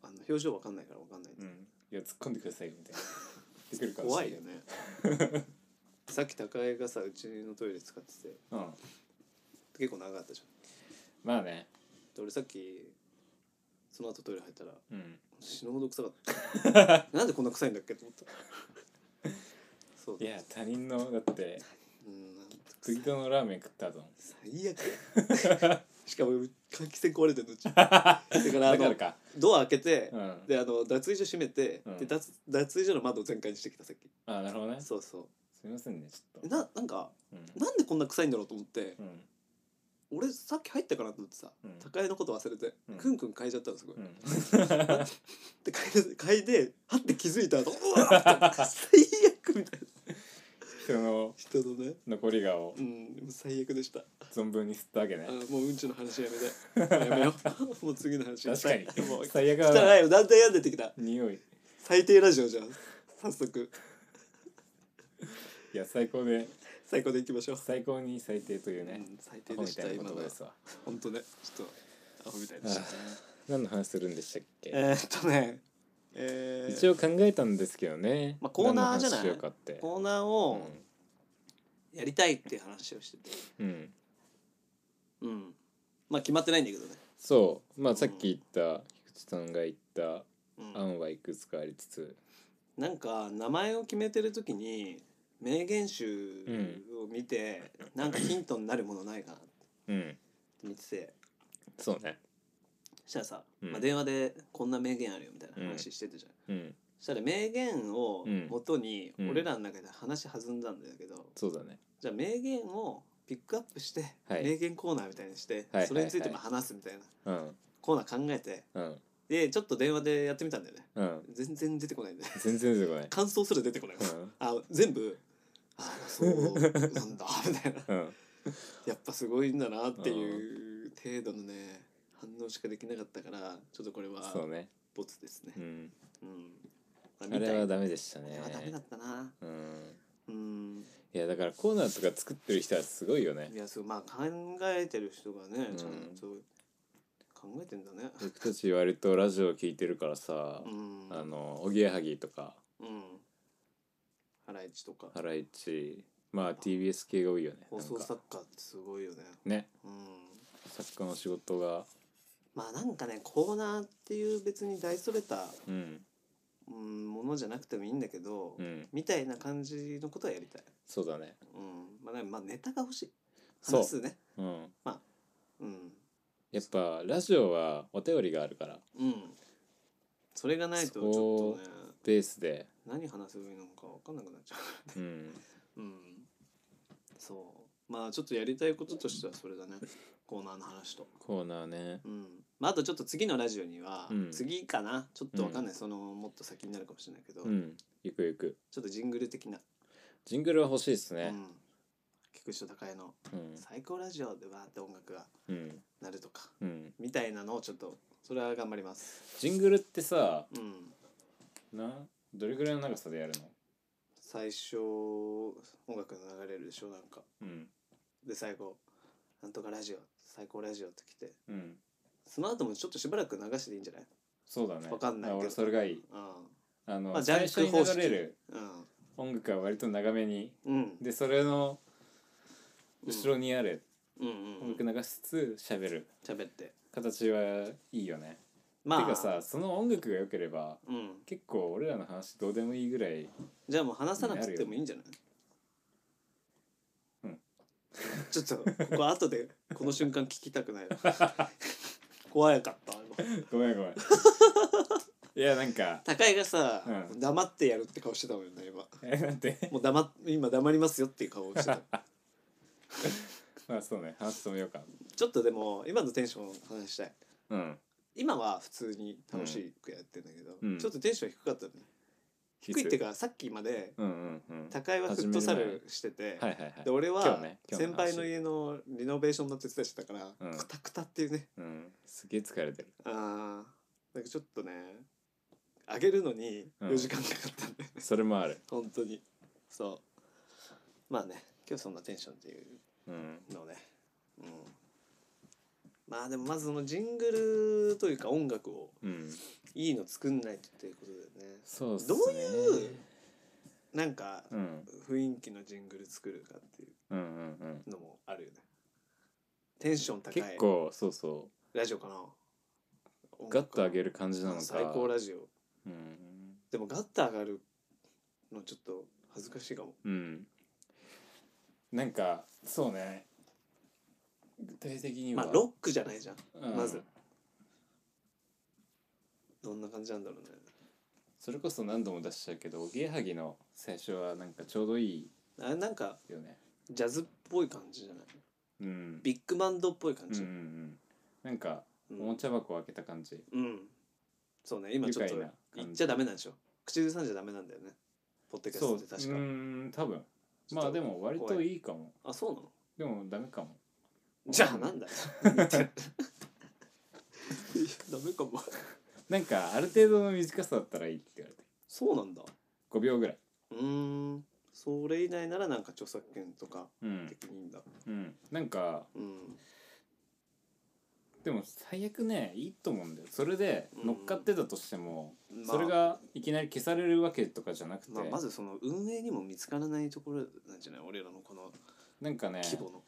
S1: あの表情わかんないからわかんないんだ
S2: う
S1: けど、
S2: んいや突っ込んでくださいよみたいな言ってくるかも
S1: [LAUGHS]
S2: し
S1: 怖
S2: れ
S1: い
S2: な
S1: よね [LAUGHS] さっき高江がさうちのトイレ使ってて
S2: うん
S1: 結構長かったじゃん
S2: まあね
S1: で俺さっきその後トイレ入ったら
S2: うん
S1: 死ぬほど臭か
S2: [LAUGHS]
S1: ったなんでこんな臭いんだっけと思ったそう
S2: いや他人の
S1: [LAUGHS]
S2: だって
S1: うんなんか
S2: 次戸のラーメン食ったぞ
S1: 最悪
S2: [LAUGHS]
S1: しかも換気扇壊れてるのうちだからあ
S2: だから
S1: の
S2: か
S1: ドア開けて
S2: う、ん
S1: であの脱衣所閉めて、
S2: うん
S1: で脱脱衣所の窓を全開にしてきたさっき
S2: あなるほどねす
S1: そうそ
S2: みませんねちょっ
S1: う
S2: と
S1: ななんか
S2: うん
S1: なんでこんな臭いんだろうと思って、
S2: うん
S1: 俺さっき入ったかなと思ってさ、
S2: うん
S1: 高江のこと忘れて、
S2: うん
S1: くんくん嗅いじゃったのすごい、
S2: うん [LAUGHS]
S1: で嗅いで嗅いではって気づいた後うわ
S2: [LAUGHS]
S1: ー最悪みたいな
S2: 人の
S1: 人のね
S2: 残り顔を
S1: うんでも最悪でした
S2: 存分に吸ったわけね
S1: あもううんちの話やめてやめよ
S2: [LAUGHS]
S1: うもう次の話
S2: 確かに
S1: もう汚
S2: 最悪だない
S1: よだんだん病んでってきた
S2: 匂い
S1: 最低ラジオじゃん早速
S2: いや最高で
S1: 最高でいきましょう、
S2: 最高に最低というね
S1: うん最
S2: ア
S1: 低
S2: ホ
S1: で
S2: み
S1: した
S2: いな
S1: 今
S2: 言
S1: の
S2: 葉
S1: は
S2: ですわ
S1: 本当ねちょっとアホみたいでした
S2: あ何の話するんでしたっけ
S1: えーっとねえー、
S2: 一応考えたんですけどね
S1: まあコーナーじゃない
S2: 何の話しようかって
S1: コーナー
S2: う
S1: を
S2: ん
S1: やりたいっていう話をしてて
S2: うん
S1: うんまあ決まってないんだけどね
S2: そうまあさっき言った菊池さんが言った
S1: うん
S2: 案はいくつかありつつ
S1: なんか名前を決めてる時に名言集を見て、なんかヒントになるものないかなって
S2: うん
S1: 見てて
S2: そうね
S1: そしたらさ、
S2: うん
S1: まあ、電話でこんな名言あるよみたいな話してたじゃん、
S2: うん
S1: そしたら名言を
S2: うん
S1: 元に
S2: うん
S1: 俺らの中で話弾んだんだけど、
S2: そうだね
S1: じゃあ名言をピックアップして、
S2: はい
S1: 名言コーナーみたいにして、
S2: はい
S1: それについても話すみたいな
S2: うん
S1: コーナー考えて
S2: うん
S1: でちょっと電話でやってみたんだよね
S2: うん
S1: 全然出てこないん
S2: [LAUGHS]
S1: だよ
S2: 全然出てこない
S1: 感想すら出てこない、あ全部あそうなんだみたいな
S2: うんうん
S1: やっぱすごいんだなっていう程度のね反応しかできなかったからちょっとこれは
S2: そうね
S1: ボツですね
S2: う。ん
S1: うんま
S2: あ
S1: 見たい
S2: れはダメでした
S1: あ
S2: ね
S1: れはダメだったな。
S2: うん
S1: うん。
S2: いやだからコーナーとか作ってる人はすごいよね
S1: いやそうまあ考えてる人がね
S2: うん
S1: ちゃんと考えてんだね。
S2: 僕たち割とラジオ聞いてるからさ、
S1: うん。
S2: あのおぎやはぎとか
S1: うん。ハライチとか
S2: ハライチまあ TBS 系が多いよね
S1: 放送
S2: なんか
S1: 作家ってすごいよね。
S2: ね
S1: うん。
S2: 作家の仕事が
S1: まあなんかねコーナーっていう別に大それた、
S2: うん
S1: うん、ものじゃなくてもいいんだけど、
S2: うん
S1: みたいな感じのことはやりたい。
S2: そうだね
S1: うん。まあ、ね、まあネタが欲しい。
S2: そう
S1: 話すね。
S2: うん
S1: うん。
S2: やっぱラジオはお便りがあるから
S1: うん。それがないとちょっとね
S2: ベースで
S1: 何話せばいいのか分かんなくなっちゃ
S2: うん
S1: う。うん。そう。まあちょっとやりたいこととしてはそれだ
S2: [LAUGHS]
S1: ね。コーナーの話と。
S2: コーナーね
S1: うん。まああとちょっと次のラジオには、
S2: うん
S1: 次かな。ちょっと分かんない、そのもっと先になるかもしれないけど、
S2: うんゆくゆく
S1: ちょっとジングル的な。
S2: ジングルは欲しいです
S1: う
S2: ね
S1: ん。菊池と高江の
S2: うん
S1: 最高ラジオでわーって音楽が
S2: うん
S1: 鳴るとか
S2: うん
S1: みたいなのをちょっとそれは頑張ります。
S2: ジングルってさ
S1: うん。
S2: などれぐらいの長さでやるの
S1: 最初音楽が流れるでしょなんか
S2: うん
S1: で最後「なんとかラジオ最高ラジオ」って来て
S2: うん
S1: その後もちょっとしばらく流していいんじゃない
S2: そうだね
S1: わかんないけど
S2: あ俺それがいい
S1: うん
S2: あの、
S1: まあジャン
S2: 最
S1: ク
S2: 初に
S1: 方式
S2: 流れる
S1: うん
S2: 音楽は割と長めに
S1: うん
S2: でそれの後ろにある
S1: うんう
S2: 音
S1: ん
S2: 楽流しつつ喋る
S1: 喋って
S2: 形はいいよね。
S1: まあ
S2: てかさその音楽が良ければ
S1: うん
S2: 結構俺らの話どうでもいいぐらい [LAUGHS]
S1: じゃあもう話さなくてもいいんじゃない、
S2: うん
S1: ちょっとここ後でこの瞬間聞きたくない
S2: [LAUGHS]
S1: な怖かった今
S2: ごめん
S1: [LAUGHS]
S2: ごめんいやなんか
S1: 高井がさ、
S2: う
S1: 黙ってやるって顔してたもんね今
S2: えなんて [LAUGHS]
S1: もう黙っ今黙りますよっていう顔をしてた
S2: まあそうね話してみようか
S1: ちょっとでも今のテンションを話したい
S2: うん
S1: 今は普通に楽しくやってんだけど、
S2: うん
S1: ちょっとテンション低かったね、低いっていうかさっきまで
S2: うんうんうんはい
S1: 高井はフットサルしてて、
S2: はいはい
S1: で俺
S2: 今
S1: は
S2: 日ね今日
S1: 先
S2: の話
S1: 輩の家のリノベーションの手伝いしてたから、
S2: うん
S1: クタクタっていうね
S2: うんすげえ疲れてる
S1: あーなんかちょっとね上げるのに
S2: うん
S1: 4時間かかったんで、
S2: それもある
S1: 本当にそうまあね今日そんなテンションっていう
S2: うん
S1: のね、うん、まあでもまずそのジングルというか音楽を
S2: うん
S1: いいの作んないとっていうことだよね
S2: そうっすね
S1: どういうなんか
S2: うん
S1: 雰囲気のジングル作るかってい
S2: うんうんうん
S1: うのもあるよねテンション高い
S2: 結構そうそ
S1: ラジオかな
S2: うガッと上げ
S1: る
S2: る感じなのか
S1: 最高ラジオ
S2: うん
S1: でもガッと上がるのちょっと恥ずかしいかも
S2: うんなんかそうね具体的に
S1: ま
S2: は
S1: あロックじゃないじゃん
S2: うん
S1: まずどんな感じなんだろうね
S2: それこそ何度も出しちゃうけどおぎやはぎの最初はなんかちょうどい
S1: あれなんか
S2: いよね
S1: ジャズっぽい感じじゃない
S2: うん
S1: ビッグバンドっぽい感
S2: うんう
S1: じ
S2: んうんなんか
S1: う
S2: お
S1: ん、
S2: もちゃ箱を開けた感じ
S1: うんそうね今ちょっと
S2: 愉快な
S1: 言
S2: 感
S1: っ
S2: じ
S1: ちゃダメなんでしょ口ずさんじゃダメなんだよねポッドキャス
S2: そ
S1: ト
S2: う
S1: で
S2: う
S1: 確か、
S2: ーん多分
S1: ちょっと
S2: まあでも割といいかも
S1: あそうなの
S2: でもダメかも
S1: じゃあなん
S2: [LAUGHS]
S1: だよ言ってるいやダメかも
S2: なんかある程度の短さだったらいいって言われて
S1: そうなんだ
S2: 5秒ぐらいう
S1: ーんそれ以内ならなんか著作権とか
S2: うん、
S1: 的にいいんだ
S2: うん、なんか
S1: うん
S2: でも最悪ねいいと思うんだよそれで乗っかってたとしても、
S1: まあ
S2: それがいきなり消されるわけとかじゃなくて、
S1: まあ、まずその運営にも見つからないところなんじゃない俺らのこの
S2: なんかね
S1: 規模の、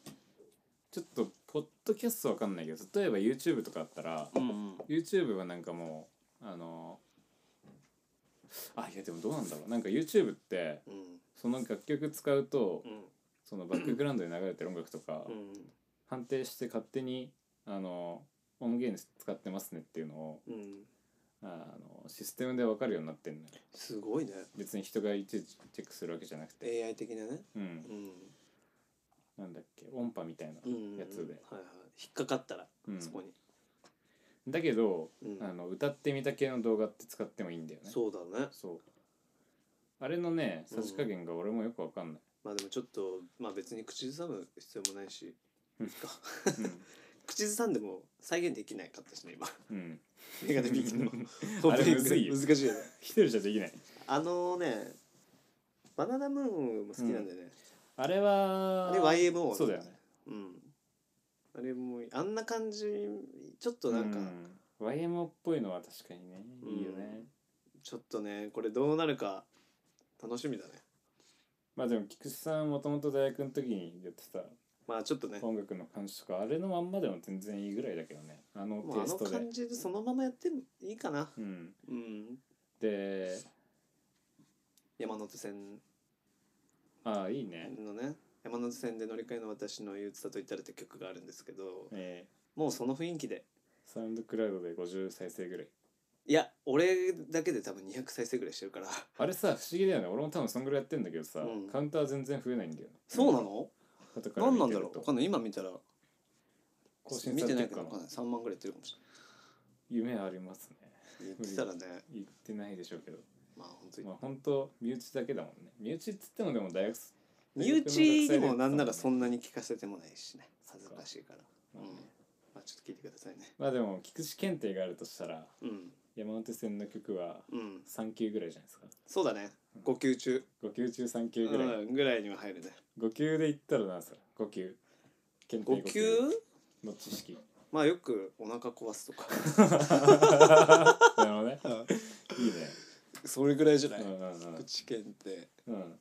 S2: ちょっとポッドキャストわかんないけど例えば YouTube とかだったら
S1: うんうん、
S2: YouTube はなんかもうあのあいやでもどうなんだろうなんか YouTube って
S1: うん
S2: その楽曲使うと
S1: うん
S2: そのバックグラウンドで流れてる音楽とか
S1: うん
S2: 判定して勝手にあの音源使ってますねっていうのを
S1: うん
S2: あのシステムで分かるようになってるのよ
S1: すごいね
S2: 別に人がいちいちチェックするわけじゃなくて、
S1: AI 的なね
S2: うん
S1: う、ん
S2: なんだっけ音波みたいな、
S1: うん
S2: やつで
S1: はいはい、引っかかったら、
S2: うん
S1: そこに、
S2: だけど、
S1: うん
S2: あの歌ってみた系の動画って使ってもいいんだよね
S1: そうだね
S2: そうあれのね
S1: うん
S2: さじ加減が俺もよく分かんない、
S1: まあでもちょっとまあ別に口ずさむ必要もないし
S2: うん
S1: 口ずさんでも再現できないかったしね
S2: [LAUGHS]
S1: 今 [LAUGHS]
S2: うん、
S1: メガネビーキの
S2: あれむずいよ
S1: 難しいよね
S2: 一人じゃできない
S1: あのねバナナムーンも好きなんだよね、
S2: あれは
S1: あれ YMO
S2: そうだよね
S1: うんあれもあんな感じちょっとなんか、
S2: うん YMO っぽいのは確かにね
S1: うん
S2: いいよね、
S1: ちょっとねこれどうなるか楽しみだね
S2: まあでも菊池さんもともと大学の時にやってた
S1: まあちょっとね
S2: 音楽の感じとかあれのまんまでも全然いいぐらいだけどねあの
S1: もう
S2: テ
S1: あ
S2: イ
S1: の
S2: ストで
S1: 感じでそのままやってもいいかな
S2: うん
S1: うん
S2: で
S1: 山手線
S2: ああいいね
S1: のね山手線で乗り換えの私の憂鬱さと言ったらって曲があるんですけど
S2: え
S1: もうその雰囲気で
S2: ー、サウンドクラウドで50再生ぐらい
S1: いや俺だけで多分200再生ぐらいしてるから
S2: あれさ不思議だよね俺も多分そんぐらいやってんだけどさ、
S1: うん
S2: カウンター全然増えないんだよね
S1: そうなの
S2: 後から
S1: 何
S2: 見
S1: な
S2: て
S1: ん
S2: る
S1: だ
S2: と
S1: ろうわかんない今見たら
S2: 更新
S1: 見
S2: さ
S1: て
S2: れ
S1: な
S2: て
S1: いけ
S2: るか
S1: ど
S2: な
S1: わかんない3万ぐらいいってるかもしれない
S2: 夢ありますね
S1: 言ってたらね
S2: 言ってないでしょうけど
S1: まあ本当に
S2: まあ本当身内だけだもんね身内っつってもでも大学生
S1: 身内にもなんならそ
S2: ん
S1: んなに聞かせてもないしね恥ずかしいから、うん
S2: まあね
S1: まあ、ちょっと聞いてくださいね
S2: まあでも菊池検定があるとしたら
S1: うん
S2: 山手線の曲は
S1: うん
S2: 3級ぐらいじゃないですか
S1: そうだね5級中、
S2: 5級中3級ぐらい、
S1: うん、ぐらいには入るね
S2: 5級で言ったらなそれ5級検定
S1: 5
S2: 5
S1: 級
S2: 級の知識
S1: まあよ
S2: [LAUGHS]
S1: くお腹壊すとか
S2: なるほどねいいね
S1: それぐらいじゃない、
S2: うんうんうん
S1: 福知県って
S2: うん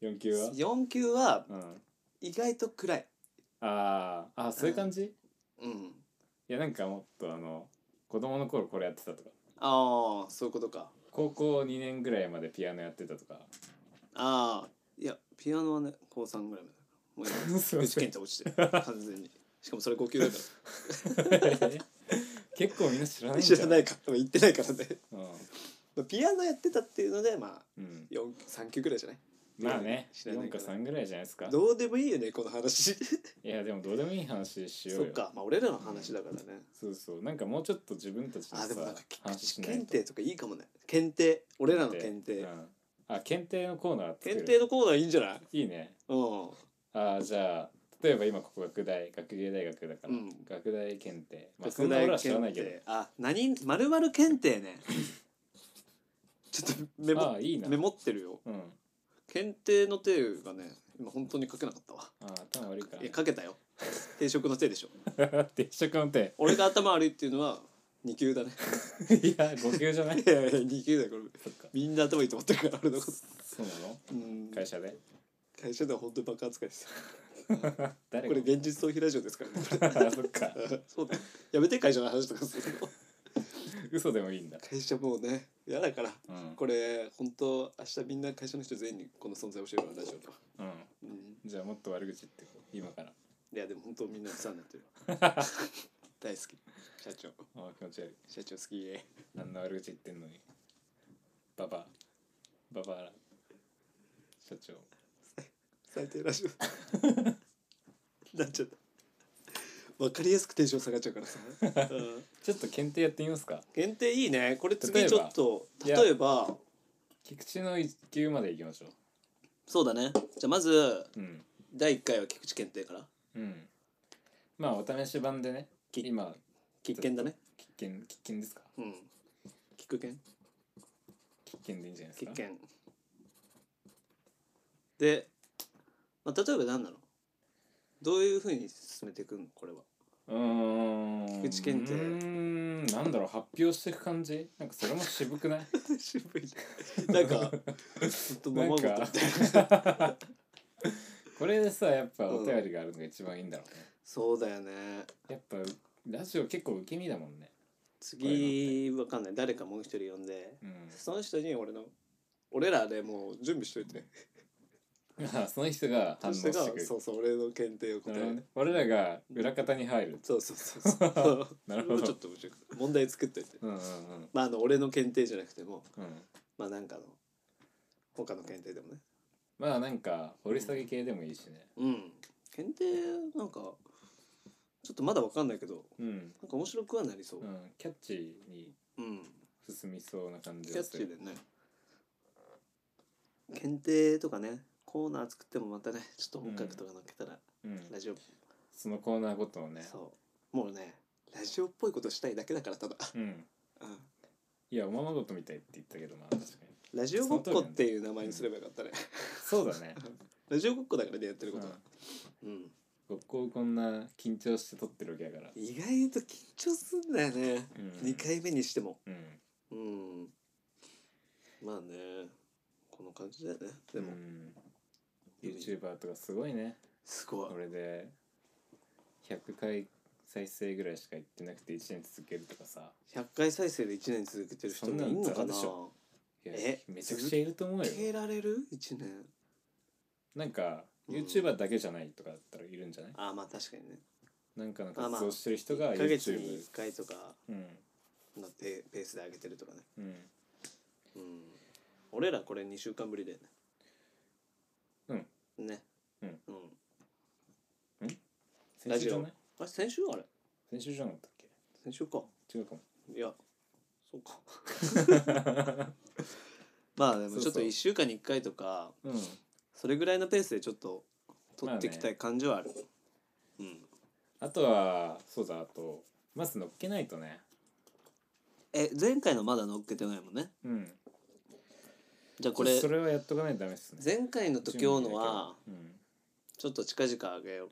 S2: 4級は、
S1: 4級は
S2: うん、
S1: 意外と暗い
S2: あーあーそういう感じ、い
S1: うん
S2: やなんかもっとあの子供の頃これやってたとか
S1: ああそういうことか
S2: 高校2年ぐらいまでピアノやってたとか
S1: ああいやピアノはね高3ぐらいまでもう今
S2: [LAUGHS] そう
S1: 福知県って落ちてる完全にしかもそれ5級だか
S2: [LAUGHS] 結構みんな知らない
S1: ら
S2: ん
S1: 知
S2: じ
S1: ら
S2: ゃ、
S1: ないいから言ってないからね
S2: う
S1: ピアノやってたっていうのでまあ
S2: んうん、
S1: 4 3級ぐらいじゃない
S2: まあね
S1: 知らない
S2: 4か
S1: から
S2: 3ぐらいじゃないですか
S1: どうでもいいよねこの話
S2: いやでもどうでもいい話しよう
S1: そ
S2: よ
S1: っかまあ俺らの話だからね
S2: そうそうなんかもうちょっと自分たちの
S1: あ
S2: さ
S1: でもなんか菊
S2: 話
S1: 池
S2: しない
S1: 検
S2: と
S1: 定とかいいかもね検定俺らの検定
S2: うん、あ検定のコーナー作る
S1: 検定のコーナーいいんじゃない
S2: いいね
S1: うん
S2: あーじゃあ例えば今ここ学大学芸大学だから、
S1: うん
S2: 学大検定まあそ
S1: 拡
S2: んな俺
S1: 大
S2: は知らない
S1: 検
S2: け
S1: 定
S2: ど
S1: あ何まるまる検定ねちょっとメ
S2: あ
S1: モ
S2: あいいな
S1: メモってるよ
S2: うん
S1: 検定の定がね今本当に書けなかったわ
S2: あー頭悪いか
S1: いや書けたよ定食の定でしょ
S2: ら [LAUGHS] 定食の
S1: [LAUGHS]
S2: 手
S1: 俺が頭悪いっていうのは2級だ
S2: [LAUGHS]
S1: ね
S2: いや5級じゃな
S1: [LAUGHS]
S2: い
S1: いやいや2級だよこれ
S2: そっか
S1: みんな頭いいと思ってるから俺のこと
S2: そうなの
S1: うん
S2: 会社で
S1: 会社では本当に爆発かですよ
S2: 誰
S1: これ
S2: が
S1: 現実逃避ラジオですからねこれ
S2: [LAUGHS] あ [LAUGHS] そっか
S1: そうだよやめて会社の話とかするの
S2: 嘘でもいいんだ
S1: 会社もうね嫌だから
S2: うん、
S1: これ本当明日みんな会社の人全員にこの存在を教えるからラジオとか、
S2: うん、
S1: うん、
S2: じゃあもっと悪口言ってこう今から
S1: いやでも本当みんなお世話になってる [LAUGHS] 大好き社長
S2: あー気持ち悪い
S1: 社長好きえ
S2: あんな悪口言ってんのにババアババアラ社長
S1: 最低ラジオなっちゃったわかりやすくテンション下がっちゃう [LAUGHS] からさ、うん、
S2: ちょっと検定やってみますか
S1: 限定いいねこれ
S2: 例
S1: 次
S2: えば
S1: ちょっと
S2: いや
S1: 例えば
S2: 菊池の一級まで行きましょ
S1: そうだねじゃあまず
S2: ううん
S1: 第1回は菊池検定から
S2: うんまあお試し版でね
S1: き
S2: 今
S1: 喫煙だね
S2: 喫煙喫煙ですか
S1: うん菊検
S2: 喫煙でいいんじゃないです
S1: 喫
S2: か
S1: 煙で、まあ、例えば何なのどういうふうに進めていくのこれは
S2: うーん
S1: 菊池検定
S2: うーんなんだろう発表していく感じなんかそれも
S1: [LAUGHS]
S2: 渋くない
S1: [LAUGHS] 渋いなんかずっとままごとみたいな
S2: なんか [LAUGHS] これでさやっぱお便りがあるのが一番いいんだろうね、
S1: そうだよね
S2: やっぱラジオ結構受け身だもんね
S1: 次わかんない誰かもう一人呼んで
S2: うん [LAUGHS]
S1: その人に俺の俺らでもう準備しといて
S2: あその人が反応して
S1: その
S2: く
S1: 人が
S2: る
S1: そうそう俺の検定を答
S2: な
S1: え
S2: るほどね
S1: る
S2: 俺らが裏方に入る
S1: そうそうそうそう [LAUGHS]
S2: なるほど
S1: それもちょっと面白い問題作っといて
S2: うんうんうん
S1: まああの俺の検定じゃなくても
S2: うん
S1: まあなんかの他の検定でもね
S2: まあなんか掘り下げ系でもいいしね
S1: うん検定なんかちょっとまだわかんないけど
S2: うん、
S1: なんか面白くはなりそう
S2: う、ん、キャッチーに
S1: うん、
S2: 進みそうな感
S1: キ
S2: じ
S1: ャ
S2: が
S1: ッ
S2: す
S1: チー
S2: る
S1: でね検定とかねコーナー作ってもまたねちょっと本格とか乗っけたら、
S2: うん、
S1: ラジオ、
S2: そのコーナーごとのね
S1: そうもうねラジオっぽいことしたいだけだからただ、
S2: うん
S1: うん、
S2: いやおままごとみたいって言ったけどまあ確かに
S1: ラジオごっこっていう名前にすればよかったね、
S2: [LAUGHS] そうだね
S1: ラジオごっこだからねやってることは、うん
S2: ごっこをこんな緊張して撮ってるわけやから
S1: 意外と緊張すんだよね、
S2: うん
S1: 二2回目にしても
S2: う
S1: う
S2: ん
S1: んまあねこの感じだよねでも、
S2: うん、YouTuber とかすごいね
S1: すごい
S2: これで100回再生ぐらいしか言ってなくて1年続けるとかさ
S1: 100回再生で1年続けてる人もいんの
S2: そ
S1: か
S2: んなのザラで
S1: な
S2: しょいや
S1: え
S2: めちゃくちゃいると思うよ
S1: 受けられる1年
S2: なんか
S1: うん
S2: YouTuber だけじゃないとかだったらいるんじゃない、
S1: ああまあ確かにね
S2: なんかの
S1: あまあ
S2: 活動してる人が
S1: 1ヶ月
S2: YouTube、
S1: に1回とか
S2: うん
S1: のペペースで上げてるとかね
S2: うん
S1: うん俺らこれ2週間ぶりだよねうんね
S2: うん
S1: うんラ
S2: 先週
S1: ジ
S2: じゃ
S1: オ
S2: ない
S1: あれ先週あれ
S2: 先週じゃなかったっけ
S1: 先週か
S2: 違うかも
S1: いやそう
S2: [LAUGHS]
S1: かまあでもちょ
S2: そ
S1: っと
S2: うそう
S1: 1週間に1回とか
S2: うん
S1: それぐらいのペースでちょっと取っていきたい感じはある、うん
S2: あとはそうだあとまず乗っけないとね
S1: え前回のまだ乗っけてないもんね
S2: うん
S1: じゃあこれ
S2: それはやっとかないとダメですね
S1: 前回のと今日のは
S2: うん
S1: ちょっと近々あげよ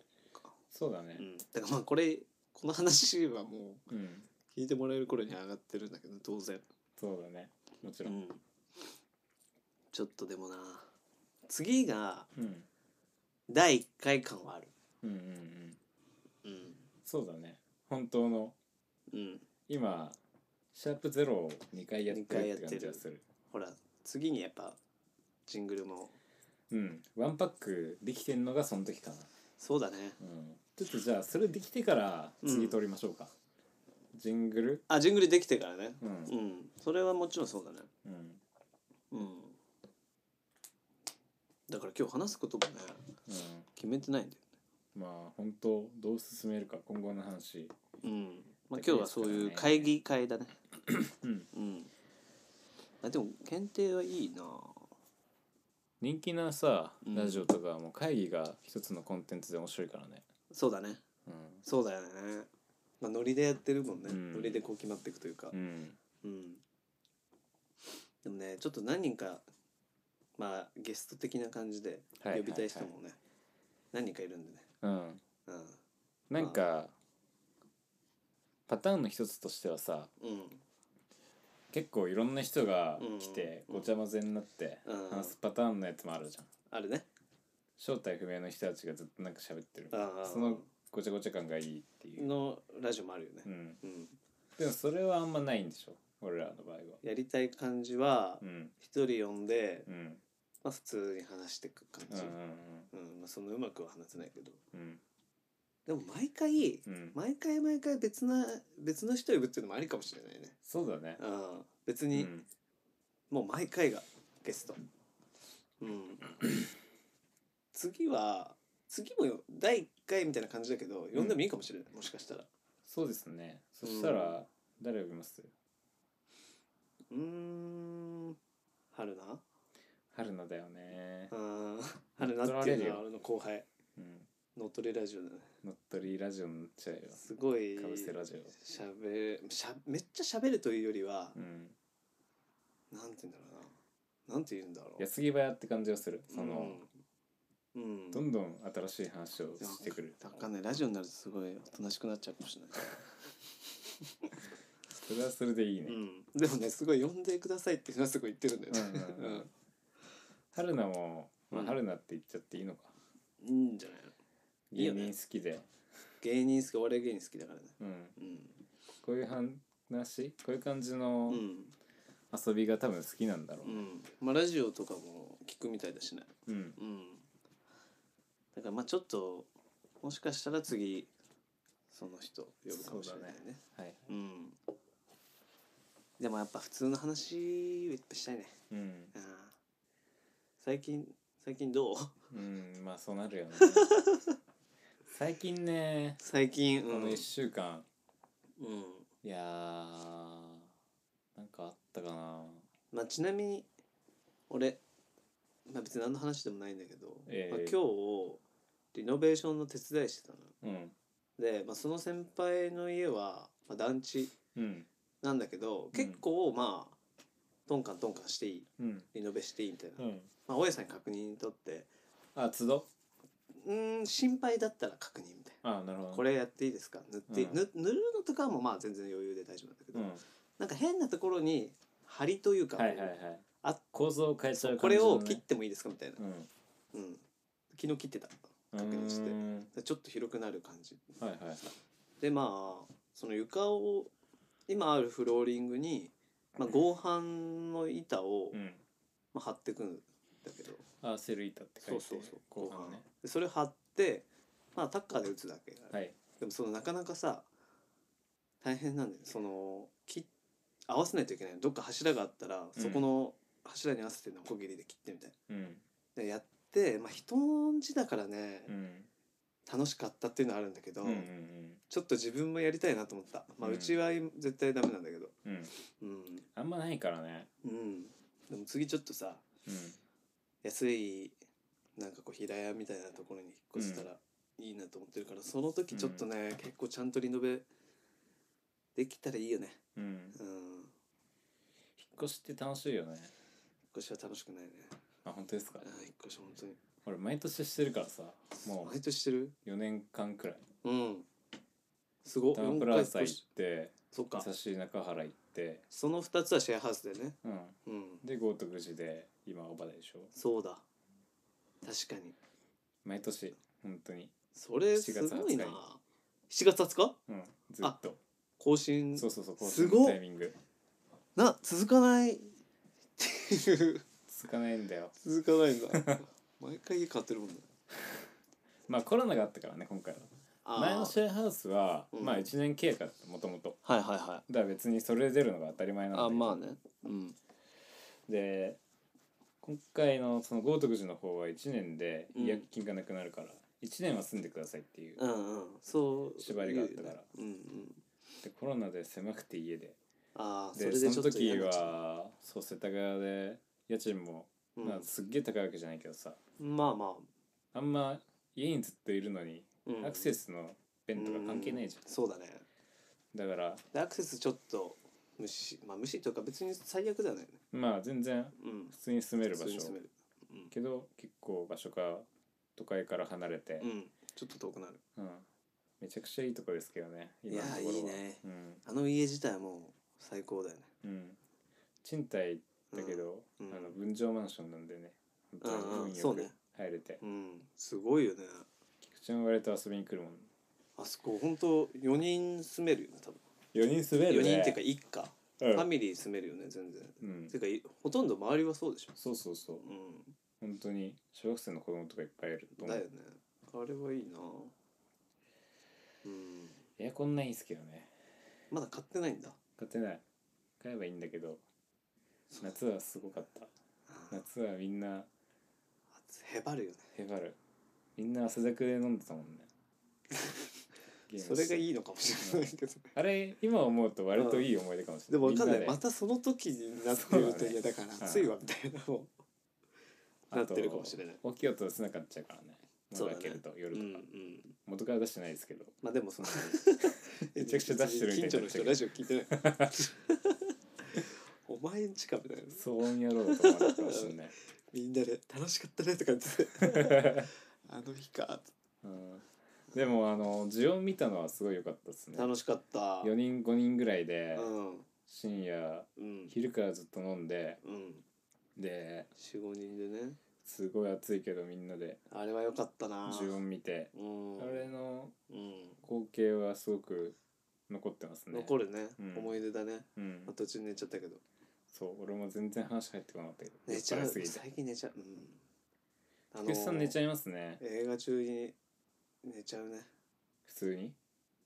S2: そうだね
S1: う、うん、だからまあこれこの話はも
S2: うん、
S1: う聞いてもらえる頃には上がってるんだけど当然
S2: そうだねもち
S1: う
S2: ろん、
S1: んちょっとでもな次が
S2: うん
S1: 第1回感はある
S2: うんうんうん
S1: うん
S2: そうだね本当の
S1: うん
S2: 今シャープゼロを2回やってるって感じがする
S1: ほら次にやっぱジングルも
S2: うんワンパックできてんのがその時かな
S1: そうだね
S2: うんちょっとじゃあそれできてから次撮りましょうか、ジングル
S1: あジングルできてからね
S2: うん
S1: うんそれはもちろんそうだね
S2: うん
S1: うんだから今日話すこともね
S2: うん
S1: 決めてないんだよ
S2: まあ本当どう進めるか今後の話
S1: うんまあ今日はそういう会議会だね
S2: うん
S1: うんあでも検定はいいな
S2: 人気なさ
S1: うん
S2: ラジオとかはもう会議が一つのコンテンツで面白いからね
S1: そうだね
S2: うん
S1: そうだよね、まあ、ノリでやってるもんね、
S2: うん
S1: ノリでこう決まっていくというか
S2: うん
S1: うん、でもねちょっと何人かまあゲスト的な感じで
S2: はい
S1: 呼びたい人もね、何人かいるんでね
S2: うん
S1: うん
S2: なんかパターンの一つとしてはさ
S1: うん
S2: 結構いろんな人が来て
S1: うん
S2: ごちゃ混ぜになって
S1: うん
S2: 話すパターンのやつもあるじゃん
S1: あるね
S2: 正体不明の人たちがずっとなんか喋ってる
S1: あー
S2: そのごちゃごちゃ感がいいっていう、
S1: のラジオもあるよね
S2: うん、
S1: うん
S2: でもそれはあんまないんでしょ俺らの場合は
S1: やりたい感じは
S2: うん
S1: 一人呼んで、
S2: うん
S1: まあ、普通に話していく感
S2: うん
S1: じ、
S2: うん
S1: うんまあ、そのうまくは話せないけど
S2: うん
S1: でも毎回
S2: うん
S1: 毎回毎回別な別の人呼ぶっていうのもありかもしれないね
S2: そうだね
S1: うん別
S2: う
S1: に、
S2: ん
S1: もう毎回がゲストうん次は次もよ第1回みたいな感じだけど呼んでもいいかもしれない、もしかしたら
S2: そうですねそしたら誰呼びます
S1: うーん春菜
S2: 春菜だよね
S1: あー春菜っていうのは俺の後輩
S2: うん
S1: 乗っ取りラジオだね
S2: 乗っ取りラジオになっちゃうよ
S1: すごい
S2: かぶせラジオ
S1: しゃべしゃめっちゃしゃべるというよりは、
S2: うん
S1: なんて言うんだろうななんて言うんだろう
S2: 矢継ぎ早って感じがするその、
S1: うん、うん、
S2: どんどん新しい話をしてくる
S1: なんかねラジオになるとすごいおとなしくなっちゃうかもしれない
S2: それはそれでいいね、
S1: うん、でもねすごい呼んでくださいっていうのはすごい言ってるんだよね
S2: うんうんうん春菜も、ま
S1: う
S2: あ、
S1: ん
S2: 春菜って言っちゃっていいのか、
S1: うんいいんじゃないのいい
S2: 芸
S1: よね
S2: 人好きで
S1: 芸人好き俺芸人好きだからね
S2: うん、
S1: うん、
S2: こういう話こういう感じ
S1: う
S2: の
S1: ん
S2: 遊びが多分好きなんだろう
S1: う、ん、まあラジオとかも聞くみたいだしね
S2: うん
S1: うんだからまあちょっともしかしたら次その人呼ぶかもしれないね
S2: そうだはい、
S1: うんでもやっぱ普通の話をいっぱいしたいね
S2: うん
S1: うん最近最近どう [LAUGHS]
S2: うん、まあそうなるよね最近ね
S1: 最近
S2: こ
S1: うん
S2: の1週間、
S1: うん
S2: いやーなんかあったかな
S1: まあ、ちなみに俺、まあ、別に何の話でもないんだけど、
S2: ええ
S1: まあ、今日リノベーションの手伝いしてたの
S2: うん
S1: で、まあ、その先輩の家は、まあ、団地
S2: うん
S1: なんだけど結構まあ、トンカントンカンしていい
S2: うん
S1: リノベしていいみたいな、
S2: うん
S1: まあ、大家さんに確認取って
S2: あ都度
S1: うーん心配だったら確認みたい
S2: あなるほど
S1: なこれやっていいですか塗って、
S2: うん
S1: ぬ塗るのとかもまあ全然余裕で大丈夫なんだけ
S2: う
S1: ど、
S2: んは
S1: なんか変なところに梁というか、
S2: いはいはい
S1: あっ
S2: 構造を変えちゃう
S1: こ
S2: 感じ
S1: れ
S2: の
S1: を
S2: ね
S1: 切ってもいいですかみたいな
S2: う、ん
S1: うん、昨日切ってた確認して
S2: うーん
S1: でちょっと広くなる感じ
S2: はいはいはい
S1: でまあその床を今あるフローリングに、まあ、合板の板を、
S2: うん
S1: まあ、貼ってくんだけど
S2: アーセルイタって書いて後半ね
S1: でそれ貼って、まあ、タッカーで打つだけ、
S2: はい
S1: でもそのなかなかさ大変なんだよねその切合わせないといけないどっか柱があったらそこの柱に合わせてノコギリで切ってみたい
S2: うん
S1: なでやって、まあ、人んちだからね、
S2: うん
S1: 楽しかったっていうのはあるんだけ
S2: う
S1: ど、
S2: んうん
S1: ちょっと自分もやりたいなと思ったまあ
S2: うん
S1: うちは今絶対ダメなんだけど
S2: うんうん
S1: うん
S2: あんまないからね
S1: うんでも次ちょっとさ
S2: うん
S1: 安いなんかこう平屋みたいなところに引っ越せたらいいなと思ってるから、その時ちょっとね、結構ちゃんとリノベできたらいいよね
S2: うん
S1: うん
S2: 引っ越しって楽しいよね
S1: 引っ越しは楽しくないね
S2: あ本当ですか
S1: あー引っ越し本当に
S2: 俺毎年してるからさも
S1: 毎年してる
S2: う4年間くらい
S1: うんすごっ
S2: タウンプ
S1: 四回
S2: ラ
S1: 引っ
S2: ザ
S1: 越
S2: 行っ
S1: してそっか
S2: 武蔵中原行って
S1: その2つはシェアハウスだよね
S2: うん
S1: うん
S2: で豪徳寺で今オバダでしょ
S1: そうだ確かに
S2: 毎年本当に
S1: それ
S2: 7
S1: す
S2: 月20
S1: ごいな
S2: 日に
S1: 7月20日
S2: うんずっと
S1: 更新
S2: そうそうそうこう
S1: すごっ
S2: タイミング
S1: な続かない [LAUGHS] っていう
S2: つかないんだよ
S1: 続かないんだ [LAUGHS] 毎回家買ってるもんね
S2: まあコロナがあったからね今回は前の
S1: あ
S2: シェアハウスは、
S1: うん
S2: まあ1年経過だったもともと
S1: あはいはいはい
S2: だから別にそれで出るのが当たり前なんだ
S1: あ
S2: けど
S1: まあねうん
S2: で今回のその豪徳寺の方は1年で
S1: うん
S2: 違約金がなくなるから、1年は住んでくださいっていう、
S1: うんうんそう
S2: 縛りがあったから
S1: うんうん
S2: でコロナで狭くて家で
S1: ああそれ
S2: で
S1: で
S2: そ
S1: ちょ
S2: の
S1: っと
S2: 時
S1: 嫌になっちゃう
S2: はそう世田谷で家賃も、
S1: うん
S2: まあ、すっげえ高いわけじゃないけどさ
S1: まあま
S2: あんま家にずっといるのに、
S1: あ、うん
S2: アクセスの便とか関係ないじゃん
S1: う、そうだね
S2: だから
S1: でアクセスちょっと無視まあ無視というか別に最悪だよね
S2: まあ全然
S1: うん
S2: 普通に住める
S1: 普
S2: 場
S1: 通に
S2: 所
S1: 住めるうん、
S2: けど結構場所が都会から離れて
S1: う、ん、ちょっと遠くなる
S2: うんめちゃくちゃいいとこですけどね
S1: いや
S2: のと
S1: ー
S2: ころはい
S1: いね
S2: うん
S1: あの家自体はもう最高だよね
S2: うん、賃貸だけど、
S1: うん
S2: あの分譲マンションなんでね本
S1: うんうん
S2: 当に
S1: そう
S2: 運よ
S1: ね
S2: く入れて、
S1: うんすごいよね
S2: 菊池も割と遊びに来るもん
S1: あそこ本当四人住めるよね多分
S2: 4人住め
S1: 四
S2: るね
S1: 人っていうか一家、
S2: うん
S1: ファミリー住めるよね全然
S2: うん
S1: て、いうかいほとんど周りはそうでしょ
S2: そうそうそう
S1: う
S2: 本当に小学生の子供とかいっぱいいると
S1: ん
S2: 思
S1: だよ
S2: う
S1: ねあれはいいなうん
S2: エアコンないんですけどね
S1: まだ買ってないんだ
S2: 買ってない買えばいいんだけど夏はすごかった
S1: あ
S2: 夏はみんな
S1: へばるよね
S2: へばるみんな汗だくで飲んでたもんねゲー
S1: [LAUGHS]
S2: ムし
S1: それがいいのかもしれないけど
S2: あれ今思うと割といい思い出かもし
S1: で
S2: れない、
S1: もわかんな
S2: み
S1: いま
S2: なで
S1: たその時になってる
S2: そうだ
S1: と
S2: ね
S1: いやだから暑いわみたいなもうなってるかもしれない
S2: 起きようとせなかったからね
S1: そう
S2: 窓
S1: だね
S2: 開けると
S1: う
S2: 夜
S1: んう
S2: とか、
S1: ん
S2: 元から出してないですけど
S1: まあでもその
S2: [LAUGHS] めちゃくちゃ出してるみたい
S1: 近
S2: に
S1: 所の
S2: なっちゃ
S1: 人
S2: うけど
S1: ラジオ聞いてない [LAUGHS] お前んちかみたいな
S2: 騒音やろうと思ったかもし
S1: [LAUGHS]
S2: れない、
S1: みんなで楽しかったねとか言って
S2: [LAUGHS]
S1: あの日か
S2: うん、でもあのジオン見たのはすごい良かったですね
S1: 楽しかった
S2: 4人5人ぐらいで
S1: うん
S2: 深夜
S1: うん
S2: 昼からずっと飲んで
S1: うん
S2: で
S1: 45人でね
S2: すごい暑いけどみんなで
S1: あれは良かったな
S2: ジオン見て
S1: うん
S2: あれの
S1: うん
S2: 光景はすごく残ってますね
S1: 残るね
S2: うん
S1: 思い出だね
S2: うん
S1: まあ途中寝ちゃったけど
S2: そう俺も全然話入ってこなかったけど
S1: 寝ちゃ
S2: 酔っ
S1: う
S2: 払いすぎて
S1: 最近寝ちゃううんあ
S2: 菊池さん寝ち
S1: ゃ
S2: ゃいますね
S1: 映画中に寝ちゃうね
S2: 普通に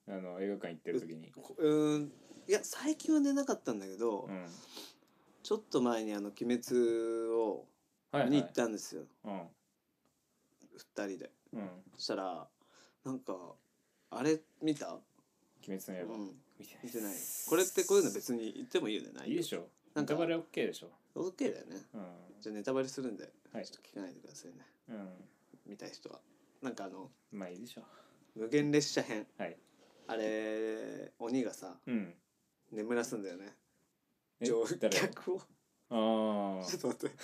S2: あの映画館行ってる時に
S1: こうーんいや最近は寝なかったんだけど、
S2: うんはい
S1: ちょっと前にあの「鬼滅」を
S2: はい
S1: 見に行ったんですよ、
S2: うん
S1: 二人で
S2: うん
S1: そしたらなんかあれ見た、
S2: 鬼滅
S1: う
S2: の刃
S1: ん、
S2: 見て
S1: 見てないこれってこういうの別に言ってもいいよねない
S2: いいでしょ
S1: な
S2: ネ
S1: んか
S2: タバレ OK でしょ
S1: OK だよね
S2: うん
S1: じゃあネタバレするんで、
S2: はい
S1: ちょっと聞かないでくださいね
S2: うん
S1: 見たい人はなんかあの
S2: まあいいでしょ
S1: 無限列車編
S2: はい
S1: あれ鬼がさ
S2: うん
S1: 眠らすんだよね
S2: え
S1: 乗
S2: 誰
S1: 客を
S2: ああ
S1: ちょっと待って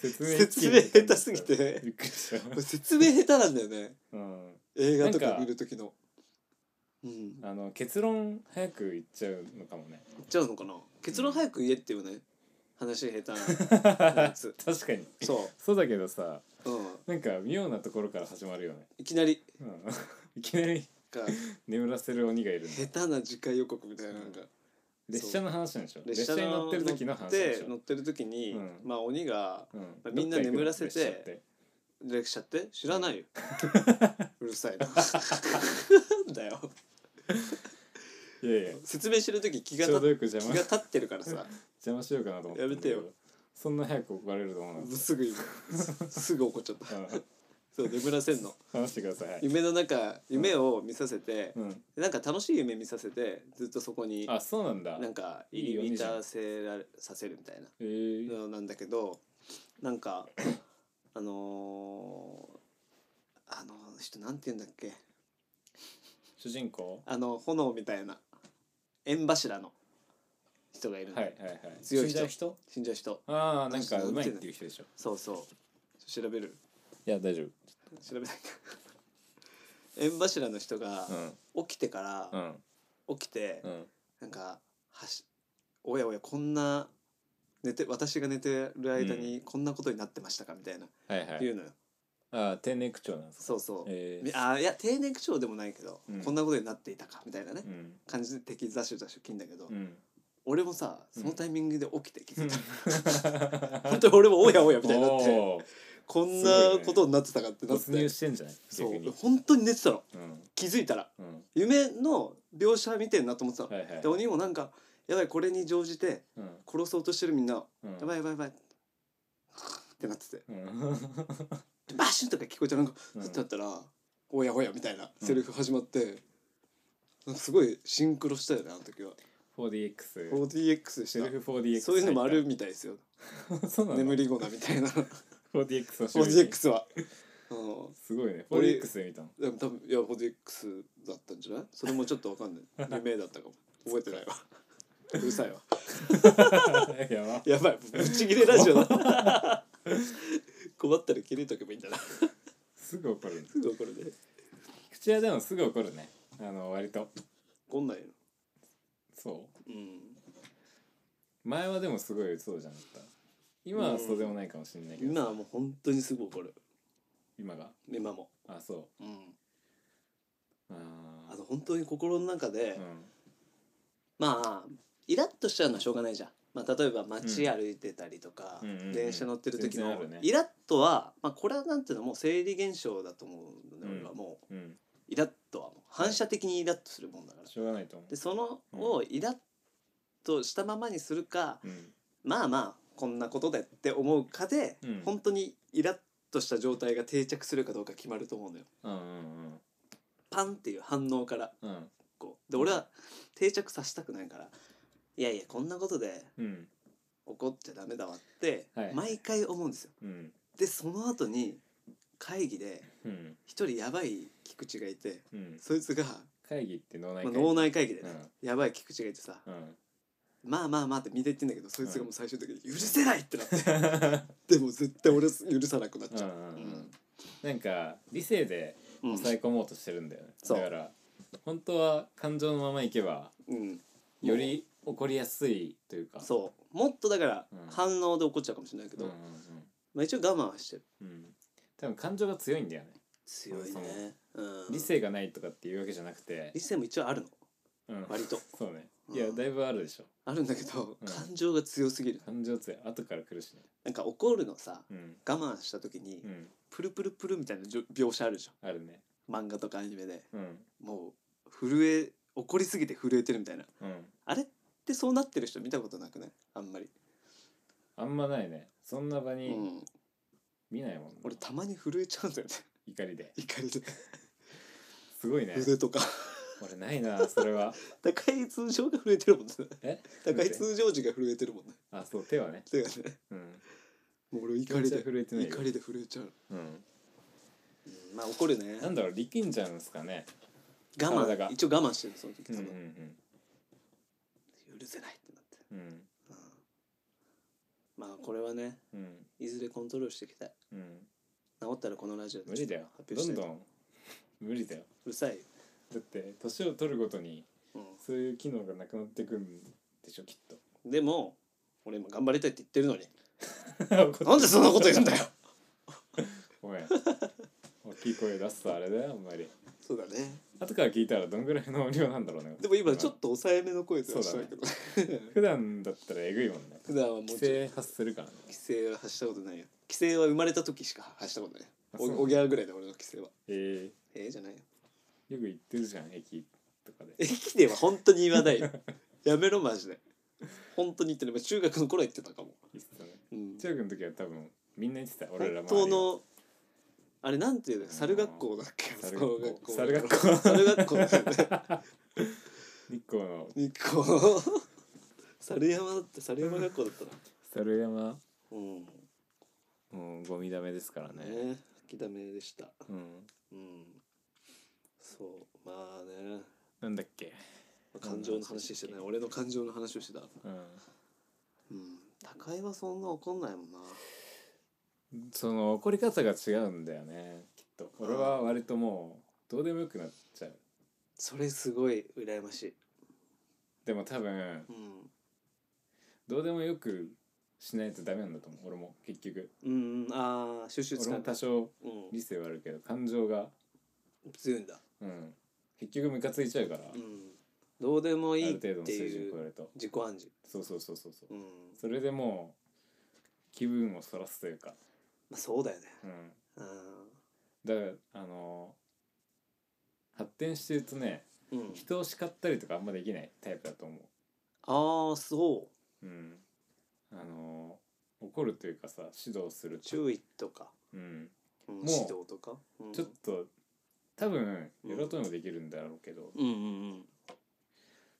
S2: 説
S1: 説明下手すぎて
S2: びっくりした
S1: これ説明下手なんだよね
S2: うん
S1: 映画と
S2: なん
S1: か
S2: か
S1: 見る時のうん
S2: あの結論早く言っちゃうのかもね [LAUGHS]
S1: 言っちゃうのかな結論早く言えっていうね話下手なやつ
S2: 確かに
S1: そ
S2: [LAUGHS] そうだけどさ
S1: う、うん、
S2: なんか妙なところから始まるよね
S1: いきなり
S2: うんいきなり
S1: が
S2: 眠らせる鬼がいるんだ
S1: 下手な次回予告みたいななんか
S2: 列車の話なんでしょ
S1: 列
S2: 列
S1: 車
S2: 車
S1: の
S2: に乗ってる時の話でし
S1: 乗
S2: ょ
S1: ってる時に、
S2: うん
S1: まあ鬼が
S2: うん
S1: まあみんな眠らせて
S2: どっか行くの列車って
S1: 列車って知ら
S2: [LAUGHS]
S1: ないようるさいななんだよ
S2: いやいや
S1: 説明してる時気が
S2: ちょうど
S1: 立
S2: よく邪
S1: 気
S2: 魔
S1: が立ってるからさ
S2: 邪魔しようかなと思ったんだけど
S1: やめてよ
S2: そんな早く怒られると思うなかっ
S1: すぐ今
S2: [LAUGHS]
S1: すぐ怒っちゃった
S2: たうん
S1: そう眠らせんの
S2: 話してくださいはい
S1: 夢の中夢を見させて、
S2: うん
S1: なんか楽しい夢見させてずっとそこに
S2: あそうなんだ
S1: なんか
S2: いい
S1: 入
S2: よ
S1: り
S2: いいじゃん
S1: 浸せられさせるみたいな
S2: えー
S1: のなんだけどなんかあのー、あの人なんて言うんだっけ
S2: 主人公
S1: あの炎みたいな縁柱の人がいるの、
S2: はいはいはい
S1: 強い人
S2: 死んじゃう人
S1: 死んじゃう人
S2: ああなんかうまいっていう人でしょ
S1: そうそう調べる
S2: いや大丈
S1: 調べない [LAUGHS] 縁柱の人が
S2: 夫うん
S1: 起きてから、
S2: うん
S1: 起きて、
S2: うん
S1: なんかはしおやおやこんな寝て私が寝てる間にこんなことになってましたかみたいな
S2: はいは
S1: 言
S2: いう
S1: のよ
S2: ああ定年口調なんですか
S1: そうそう、
S2: え
S1: み
S2: ー
S1: あーいや定年口調でもないけど、
S2: うん
S1: こんなことになっていたかみたいなね、
S2: うん
S1: 感じで敵ザシュザシュ切んだけど、
S2: うん
S1: 俺もさそのタイミングで起きて気づいた、
S2: 本
S1: [LAUGHS] [LAUGHS] 本当に俺もおやおやみたいになってこんな
S2: すごいね
S1: ことになってたかってなっ
S2: 突
S1: て、
S2: 入してんじゃない
S1: そ
S2: 逆
S1: う
S2: に
S1: 本当に寝てたの
S2: うん
S1: 気づいたら
S2: うん
S1: 夢の描写見てんなと思ってたの、
S2: はいはい
S1: で鬼もなんかやばいこれに乗じて
S2: うん
S1: 殺そうとしてるみんな、
S2: うん
S1: やばいやばいやばいってなってて
S2: うん
S1: バシュンとか聞こえてなんか
S2: うん
S1: ふってなったら「おやおや」みたいなセリフ始まって、なんかすごいシンクロしたよねあの時は
S2: 4DX
S1: 4DX で
S2: セル
S1: し
S2: フ 4DX
S1: たそういうのもあるみたいですよ
S2: 入った [LAUGHS] そうなの
S1: 眠りゴナみたいな
S2: [LAUGHS] 4DX の種類に
S1: 4DX
S2: [LAUGHS]
S1: はうん
S2: すごいね
S1: 俺
S2: 4DX で見たの
S1: でも多分いや 4DX だったんじゃないそれもちょっとわかん [LAUGHS] ない夢だったかも覚えて [LAUGHS] ないわうるさいわ
S2: やば
S1: やばいぶち切れラジオだ困ったら切れとけばいいんだなす
S2: すぐ怒るね
S1: ぐ怒るね
S2: 口はでもすぐ怒るねあの割と
S1: 怒んないよ
S2: そう
S1: うん
S2: 前はでもすごいそうじゃなかった今はそうでもないかもしれないけど
S1: 今はもう本当にすぐ怒る
S2: 今が
S1: 今も
S2: あそ
S1: うん
S2: うあ
S1: あと本当に心の中で、
S2: ーうん
S1: まあイラッとしちゃうのはしょうがないじゃん、まあ、例えば街歩いてたりとか、
S2: うんうんうんうん
S1: 電車乗ってる時
S2: 全然
S1: の
S2: あるね
S1: イラッとは、まあ、これはなんていうのもう生理現象だと思うので、
S2: うん
S1: 俺はもう
S2: うん
S1: イラッとはもう反射的にイラッとするもんだから
S2: しょうがないと思
S1: でそのをイラッとしたままにするか、
S2: ううん
S1: まあまあこんなことでって思うかで、
S2: うん
S1: 本当にイラッとした状態が定着するかどうか決まると思うのよ
S2: うんうん
S1: パンっていう反応から
S2: うんうん
S1: こうで俺は定着させたくないからいやいやこんなことで
S2: うん
S1: 怒っちゃダメだわって
S2: はい
S1: 毎回思うんですよ。
S2: うん
S1: でその後に会議で
S2: うん
S1: 一人やばい菊池がいて
S2: うん
S1: そいつが、
S2: 会議って脳内
S1: まあ、
S2: 会議
S1: 脳内会議でね、
S2: うん
S1: やばい菊池がいてさ
S2: うん
S1: 「まあまあまあ」って見て言ってんだけどそいつがもう最終的に「許せない!」ってなって [LAUGHS] で
S2: う
S1: も絶対俺許さなくなっちゃう。
S2: んうんうんなんか理性で
S1: うん
S2: 抑え込もうとしてるんだよね、
S1: そう
S2: だから本当は感情のままいけば
S1: うん
S2: より怒りやすいというか
S1: そうもっとだから
S2: うん
S1: 反応で怒っちゃうかもしれないけ
S2: うん
S1: ど、
S2: うん
S1: まあ、一応我慢はしてる
S2: うんうん多分感情が強いんだよね
S1: 強い
S2: そも
S1: ね、うん、
S2: 理性がないとかっていうわけじゃなくて
S1: 理、性も一応あるの
S2: うん、
S1: 割と
S2: そうね
S1: うん
S2: いやだいぶあるでしょ
S1: あるんだけど、
S2: うん
S1: 感情が強すぎる
S2: 感情強い後から来るしね
S1: なんか怒るのさ
S2: うん
S1: 我慢した時に
S2: うん
S1: プルプルプルみたいなじょ描写あるじ
S2: あるね
S1: ゃん漫画とかアニメで
S2: うん
S1: もう震え怒りすぎて震えてるみたいな
S2: うん
S1: あれってそうなってる人見たことなくないあんまり、
S2: あんまないねそんな場
S1: う
S2: に
S1: ん、
S2: 見ないもんね、
S1: 俺たまに震えちゃうんだよ [LAUGHS] ね
S2: 怒りで
S1: 怒りです
S2: ごいね
S1: 腕とか
S2: 俺ないなそれは
S1: 高い通常が震えてるもんね
S2: え
S1: [LAUGHS] 高い通常時が震えてるもんね
S2: あそう手はね
S1: だからね
S2: うん
S1: もう俺怒り
S2: 気持ち
S1: で
S2: は震えてないよ
S1: 怒りで震えちゃう、
S2: うん
S1: まあ怒るね
S2: なんだろう力んじゃうんですかね
S1: 我
S2: 体
S1: 慢
S2: が
S1: 一応我慢してるその時
S2: うん
S1: 多
S2: う
S1: 分、
S2: ん
S1: 許せないってなって、
S2: うんうん
S1: うんまあこれはね
S2: うん
S1: いずれコントロールしていきたい
S2: うん
S1: 治ったらこのラジオで
S2: 無理だよ
S1: 発表
S2: ど
S1: し
S2: ん
S1: て
S2: どん [LAUGHS] 無理だよ
S1: うるさい、
S2: だって年を取るごとに
S1: う
S2: そういう機能がなくなってくんでしょきっと
S1: ん、でも俺今頑張りたいって言ってるの [LAUGHS] に
S2: な
S1: なんでそんなこと言
S2: [LAUGHS]
S1: うんだよ
S2: ごめん大きい声出すとあれだよあんまり
S1: そうだね
S2: 後から聞いたらどんぐらいの量なんだろうね
S1: でも今ちょっと抑えめの声で
S2: そうだね
S1: したけど、ね、
S2: 普段だったらえぐいもんね
S1: 普段はもうちょっ
S2: 規
S1: と規
S2: 制発するからね
S1: 制は発したことないよ規制は生まれた時しか発したことない
S2: あそうなの
S1: おおぎゃーぐらいで俺の規制は
S2: え
S1: ええじゃないよ
S2: ー、よく言ってるじゃん駅とかで
S1: 駅では本当に言わないよやめろマジで本当に言ってる中学の頃は言ってたかも、
S2: 言ってたね
S1: うん、
S2: 中学の時は多分みんな言ってた俺ら
S1: 本
S2: も
S1: 当のあれなんていうの猿学校だっけ
S2: 猿
S1: 小
S2: 学
S1: 学
S2: 校
S1: 校
S2: 猿学校
S1: 猿学校だよ
S2: [LAUGHS]
S1: ね
S2: 日光の
S1: 日光猿山だって猿山学校だったな
S2: 猿山
S1: うんね
S2: もうゴミダメですからね
S1: えきだめでした
S2: うん
S1: うんそうまあね
S2: なんだっけ
S1: 感情の話してない俺の感情の話をしてた
S2: うん
S1: うん高井はそんな怒んないもんな
S2: その怒り方が違うんだよねきっと俺は割ともうどうでもよくなっちゃう
S1: それすごい羨ましい
S2: でも多分
S1: うん
S2: どうでもよくしないとダメなんだと思う俺も結局
S1: うんああ収集つ
S2: 俺
S1: か
S2: も
S1: んだ
S2: 多少
S1: う
S2: 理性はあるけど感情が
S1: ん強いんだ
S2: うん結局ムカついちゃうから、
S1: うんどうでもい
S2: あ
S1: い
S2: る
S1: って
S2: 程度の水準
S1: い
S2: 超え
S1: う
S2: ると
S1: 自己暗示
S2: そうそうそうそうそう
S1: うん
S2: それでもう気分をそらすというか、
S1: まあそうだよね
S2: うん、
S1: うん
S2: だからあの発展してるとね
S1: うん
S2: 人を叱ったりとかあんまできないタイプだと思
S1: ああそう
S2: う、うん、あの怒るというかさ指導すると
S1: 注意とか、
S2: うん、
S1: うん、
S2: もう
S1: 指導とか、うん、
S2: ちょっと多分
S1: うん
S2: やろうともできるんだろうけど、
S1: うんうんうん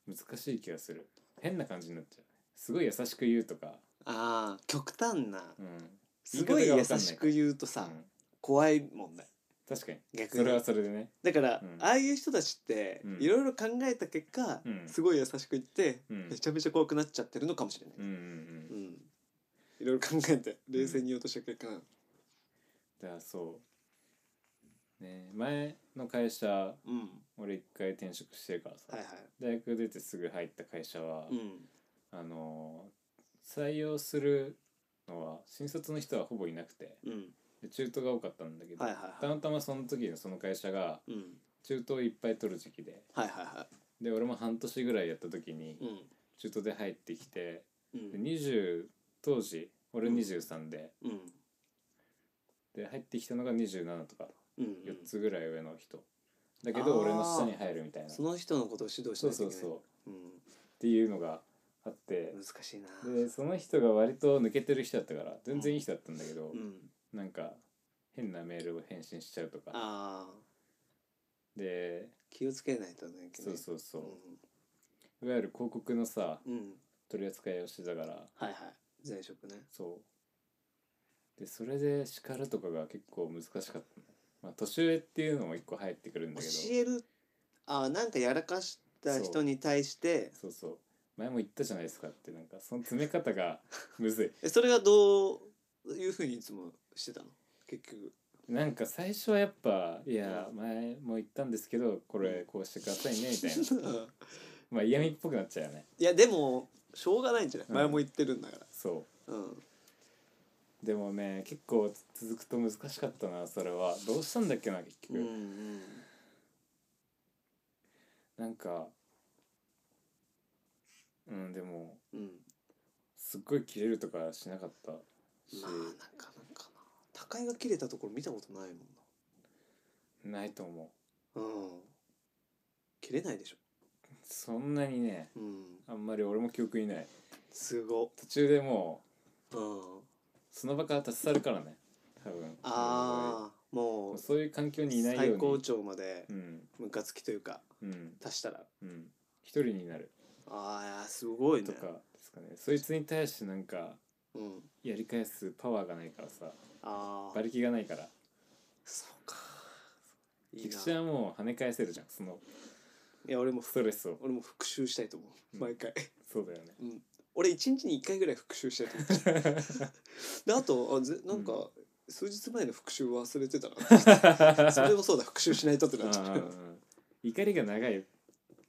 S2: 難しい気がする変な感じになっちゃうすごい優しく言うとか、
S1: ああ極端な
S2: うん
S1: すごい
S2: 言い
S1: 優
S2: 方がわかんない
S1: しく言うと
S2: う
S1: さ、
S2: ん
S1: 怖いもんね
S2: 確かに
S1: 逆
S2: そ
S1: に
S2: れはそれでね
S1: だから、
S2: うん
S1: ああいう人たちって
S2: うん
S1: いろいろ考えた結果、
S2: うん
S1: すごい優しく言って、
S2: うん
S1: めちゃめちゃ怖くなっちゃってるのかもしれない、
S2: うんうんう
S1: うんんいろいろ考えて冷静に言おうとした結果、
S2: だからそうね前の会社
S1: うん
S2: 俺一回転職してるからさ、
S1: はいはい、
S2: 大学出てすぐ入った会社は、
S1: うん、
S2: あの採用するのは新卒の人はほぼいなくて
S1: うん
S2: で中途が多かったんだけど、
S1: はいはい
S2: た
S1: は
S2: またまその時のその会社が
S1: いうん
S2: 中途をいっぱい取る時期で
S1: はいはいは
S2: で俺も半年ぐらいやった時に
S1: いうん
S2: 中途で入ってきて
S1: う
S2: で
S1: ん
S2: 20当時俺
S1: うん
S2: 23で,、
S1: うん
S2: で入ってきたのが27とか
S1: うん
S2: 4つぐらい上の人、だけど俺の下に入るみたいな
S1: その人のことを指導し
S2: そ
S1: なきゃいう
S2: うそ
S1: けない
S2: そうっ
S1: うん
S2: ていうのがあって
S1: 難しいな
S2: でその人が割と抜けてる人だったから全然いい人だったんだけど、
S1: うん
S2: なんか変なメールを返信しちゃうとか
S1: ああ
S2: で
S1: 気をつけないとね
S2: そうそうそう、
S1: うん
S2: いわゆる広告のさ
S1: うん
S2: 取り扱いをしてたから
S1: はいはい前職ね
S2: そうでそれで叱るとかが結構難しかったね、まあ、年上っていうのも一個入ってくるんだ
S1: 教
S2: けど
S1: えるあーなんかやらかした人に対して
S2: そうそう前も言ったじゃないですかってなんかその詰め方が [LAUGHS] むず
S1: えそれはどういうふうにいつもしてたの結
S2: [LAUGHS]
S1: 局
S2: いなんか最初はやっぱいや
S1: う
S2: 前も言ったんですけどこれこうしてくださいねみたいなまあ嫌味っぽくなっちゃうよね
S1: いやでもしょうがないんじゃない、
S2: うん
S1: 前も言ってるんだから
S2: そう
S1: うん
S2: でもね結構続くと難しかったなそれはどうしたんだっけな結
S1: うん
S2: 局、
S1: うん
S2: なんかうんでも
S1: うん
S2: すっごい切れるとかしなかったし
S1: まあなかなかな高いが切れたところ見たことないもん
S2: ないと思
S1: なうん切れないでしょ
S2: うそんなにね
S1: うん
S2: あんまり俺も記憶にない
S1: すごっ
S2: 途中でも
S1: うん
S2: うその場から立ち去るからね多分
S1: ああも
S2: も
S1: う
S2: うそういう環境にいないように
S1: 最高潮まで
S2: うん
S1: ムカつきというか
S2: うん
S1: 足したら
S2: うん一人になる
S1: ああすごいね
S2: とかですかねそいつに対してなんか
S1: うん
S2: やり返すパワーがないからさ
S1: あ
S2: 馬
S1: あ
S2: 力がないから
S1: そうかいい
S2: 菊
S1: な
S2: 池はもう跳ね返せるじゃんその
S1: いや俺も
S2: ストレスを
S1: 俺も復習したいと思う
S2: うん
S1: 毎回
S2: そうだよね
S1: うん俺一日に一回ぐらい復習したいと思う
S2: [LAUGHS]
S1: であとあぜなんか数日前の復習忘れてたな [LAUGHS] それもそうだ復習しないとって
S2: う
S1: なっちゃ
S2: んうん
S1: う
S2: うん怒りが長い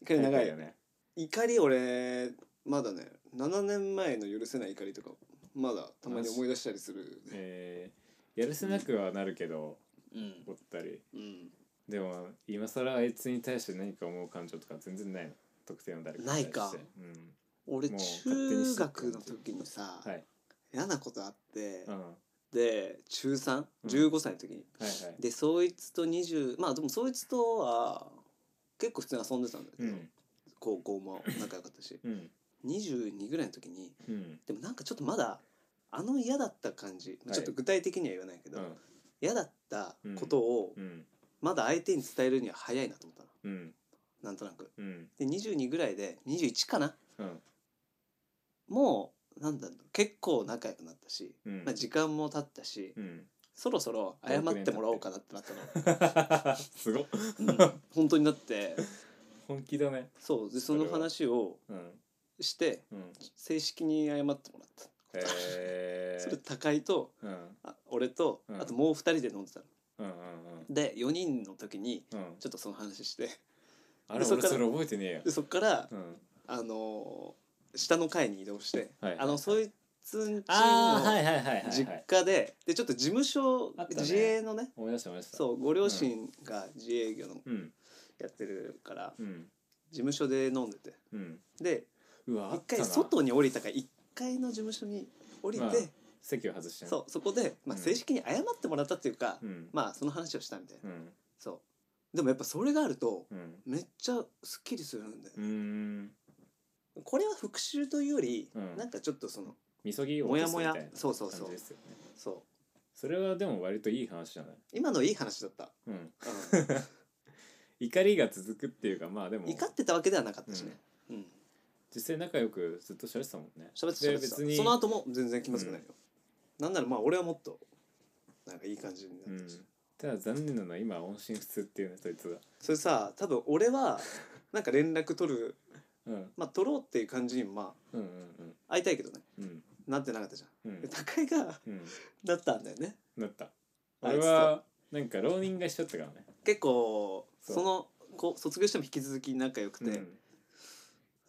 S1: 怒り長
S2: タ
S1: い
S2: イプ
S1: よ
S2: だね
S1: 怒り俺まだね7年前の許せない怒りとかまだたまに思い出したりする、
S2: えーやるせなくはなるけど
S1: うん
S2: 怒ったり
S1: う
S2: でも今更あいつに対して何か思う感情とか全然ないの特定の誰かに対して
S1: ないか
S2: うん
S1: 俺
S2: もう勝手
S1: 中
S2: にしてって
S1: 学
S2: 感じ
S1: の時にさ、
S2: はい
S1: 嫌なことあって、
S2: うんは
S1: で中
S2: うん
S1: 315歳の時に、
S2: いはい
S1: でそいつと20まあでもそいつとは結構普通に遊んでたんだけ
S2: う
S1: ど、
S2: ん
S1: 高校も仲良かったし
S2: うん
S1: 22ぐらいの時に
S2: うん
S1: でもなんかちょっとまだあの嫌だった感じ、
S2: はい
S1: ちょっと具体的には言わないけど、
S2: うん
S1: 嫌だったことを
S2: うん
S1: まだ相手に伝えるには早いなと思ったの
S2: うん
S1: なんとなく。
S2: うん
S1: で22ぐらいで21かな
S2: うん
S1: もうなんだろう結構仲良くなったし、
S2: うん
S1: まあ、時間も経ったし、
S2: うん [LAUGHS]
S1: そろそろ謝ってもらおうかなってなった
S2: すごっ
S1: の、うん、本当になって
S2: 本気だね
S1: そうでその話を
S2: うん
S1: して
S2: うん
S1: 正式に謝ってもらった、
S2: え
S1: それ
S2: ー
S1: 高井と
S2: うん
S1: あ俺と、
S2: うん
S1: あともう2人で飲んでたの
S2: うんうんうん
S1: で4人の時に
S2: うん
S1: ちょっとその話して
S2: あれ
S1: でそっ
S2: 俺
S1: から
S2: それ覚えてねえよ
S1: でそっから、
S2: うん
S1: あのー下の階に移動して、
S2: はい
S1: あのそういうつんち
S2: ああはい
S1: の
S2: はいはいはい、
S1: 実
S2: はい、
S1: 家ででちょっと事務所
S2: あったね
S1: 自営のね
S2: 思い出した思い出した
S1: そうご両親が自営業の
S2: うん
S1: やってるから
S2: うん
S1: 事務所で飲んでて
S2: うん
S1: で
S2: うわあ
S1: 一
S2: ったな
S1: 回外に降りたから1階の事務所に降りて、
S2: まあ席を外してね
S1: そうそこで、まあ、
S2: うん
S1: 正式に謝ってもらったっていうか、
S2: うん
S1: まあその話をしたみたいな、
S2: うん
S1: そうでもやっぱそれがあると
S2: うん
S1: めっちゃすっきりするんで、
S2: うーん
S1: これは復讐というより、
S2: うん
S1: なんかちょっとその
S2: みそぎを落とすみたいな感じです
S1: そ
S2: よ
S1: うそうそう
S2: ね
S1: そう
S2: それはでも割といい話じゃない
S1: 今のいい話だった、
S2: うん
S1: う
S2: [LAUGHS]
S1: ん
S2: 怒りが続くっていうかまあでも
S1: 怒ってたわけではなかったしね、うん
S2: 実際仲良くずっと喋ってたもんね
S1: 喋ってた喋
S2: で
S1: ってた
S2: 別に
S1: その後も全然気まずくないよ、なんならまあ俺はもっとなんかいい感じに
S2: う
S1: なったし、
S2: んただ残念なのは今は音信不通っていうねそいつが
S1: それさ多分俺はなんか連絡取る
S2: うんうん
S1: まあ取ろうっていう感じにもま
S2: うんうん
S1: あ会いたいけどね
S2: うん
S1: なってなかったじゃん
S2: う
S1: [LAUGHS]
S2: ん
S1: で高井が
S2: うん
S1: だったんだよね
S2: なった
S1: あい
S2: 俺
S1: つと
S2: はなんか浪人が一緒だったからね
S1: 結構
S2: そ
S1: そうのこう卒業しても引き続き仲良くて、
S2: うん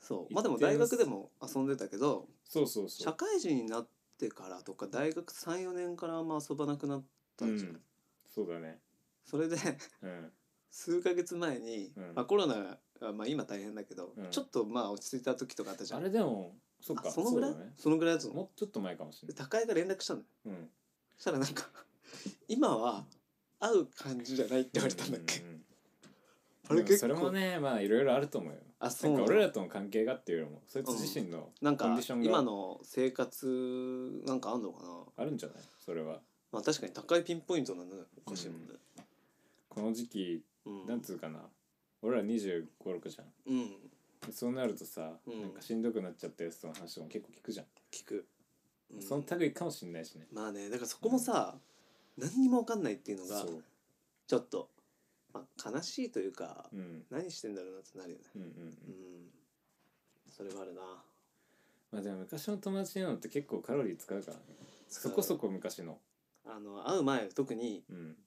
S1: そうまあでも大学でも遊んでたけど
S2: そうそうそ
S1: 社
S2: う
S1: 会人になってからとか大学34年からあんま遊ばなくなったんじゃん、
S2: うんそうだね
S1: それで [LAUGHS]
S2: うん
S1: 数ヶ月前に、
S2: うん
S1: まあ、コロナが、まあ、今大変だけど、
S2: うん
S1: ちょっとまあ落ち着いた時とかあったじゃ
S2: あ
S1: ん
S2: れでもそっか
S1: あそのぐらい
S2: そ
S1: そ,、
S2: うだね
S1: のぐらいだと思
S2: もうちょっと前かもし
S1: う
S2: れ
S1: で
S2: ない
S1: 高井が連絡したのよ
S2: うん
S1: そしたらなん
S2: [LAUGHS]
S1: か今は会う感じじゃないって言われたんだっけ、
S2: うううん
S1: あれ
S2: でも
S1: 結構
S2: それもねまあいろいろあると思うよ
S1: あ
S2: な
S1: そうんな
S2: か
S1: ん
S2: 俺らとの関係がっていうよりもそいつ自身の
S1: なんか
S2: コンディションが
S1: 今の生活なんかあんのかな
S2: あるんじゃないそれは
S1: まあ確かに高いピンポイントなのおかしいもんね、
S2: この時期
S1: うん
S2: なんつうかな俺ら2 5 6じゃん
S1: うん
S2: そうなるとさ、
S1: うん
S2: なんかしんどくなっちゃったやつとの話とかも結構聞くじゃん、
S1: 聞く、うん
S2: その類かもしんないしね
S1: まあねだからそこもさ、何にも分かんないっていうのが
S2: そう、
S1: ちょっと、まあ、悲しいというか、
S2: うん、
S1: 何してんだろうなってなるよね
S2: うんうんう
S1: うんんそれはあるな
S2: まあでも昔の友達なのって結構カロリー使うからねそこそこ昔の
S1: あの会う前は特に
S2: うん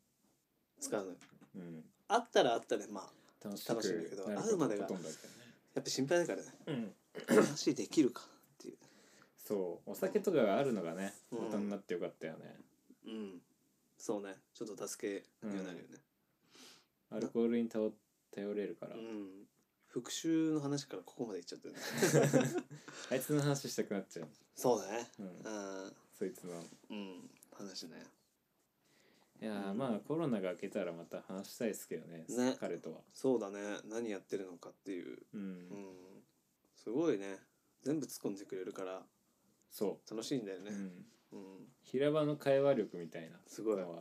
S1: 使うのよ
S2: うん
S1: 会ったら会ったでまあ
S2: 楽しく
S1: 楽しいんだけど
S2: なる
S1: 会うまでが
S2: ほとんどだけ
S1: やっぱ心配だから
S2: [CLEARS THROAT]
S1: ね
S2: どね、うん、
S1: 話できるかっていう
S2: そうお酒とかがあるのがね
S1: うん
S2: 大人になってよかったよね、
S1: うんそうねちょっと助けにはなるよね、
S2: アルコールに頼頼れるから、
S1: うん、復讐の話からここまでいっちゃったよね
S2: あいつの話したくなっちゃう、
S1: そうだね
S2: うん、
S1: あ
S2: そいつの
S1: ーうん話ね
S2: いやー
S1: うん
S2: まあコロナが明けたらまた話したいですけどね
S1: ね
S2: 彼とは
S1: そうだね何やってるのかっていう、
S2: うん、
S1: うん、すごいね全部突っ込んでくれるから
S2: そ
S1: 楽しいんだよ
S2: う、
S1: ね
S2: う、ん、
S1: うん
S2: 平場の会話力みたいな
S1: すごい
S2: のはもう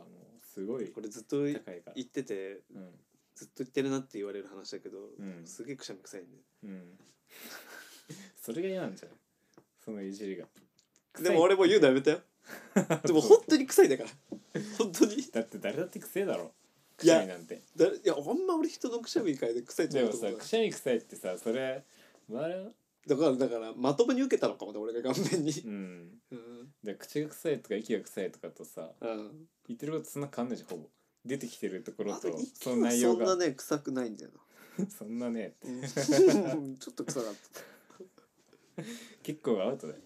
S2: すごい
S1: これずっと言
S2: 高いから
S1: ってて
S2: うん
S1: ずっと言ってるなって言われる話だけど、
S2: うん
S1: すげえくしゃみくさいんで
S2: うんそれが嫌なんじゃないそのいじりが
S1: でも俺もう言うのやめたよでも本当に臭いんだから本当に
S2: だって誰だってくせえだろく
S1: い
S2: し
S1: や
S2: ゃみなんて
S1: だいやあんま俺人のくしゃみ以外で臭いと
S2: で
S1: 思っ
S2: も
S1: たこと
S2: さ
S1: ない
S2: くしゃみくさいってさそれ周りの
S1: だからだからまともに受けたのかもね俺が顔面に
S2: うん
S1: うん、
S2: で口が臭いとか息が臭いとかとさ
S1: うん
S2: 言ってることそんな変わんないじゃんほぼ出てきてるところ
S1: あと
S2: と
S1: 息
S2: その
S1: は
S2: 内容
S1: そん
S2: が
S1: な
S2: そん,、
S1: ね臭くないんだ
S2: [LAUGHS]
S1: よ
S2: なねって
S1: なちょっと臭かった
S2: 結構アウトだよ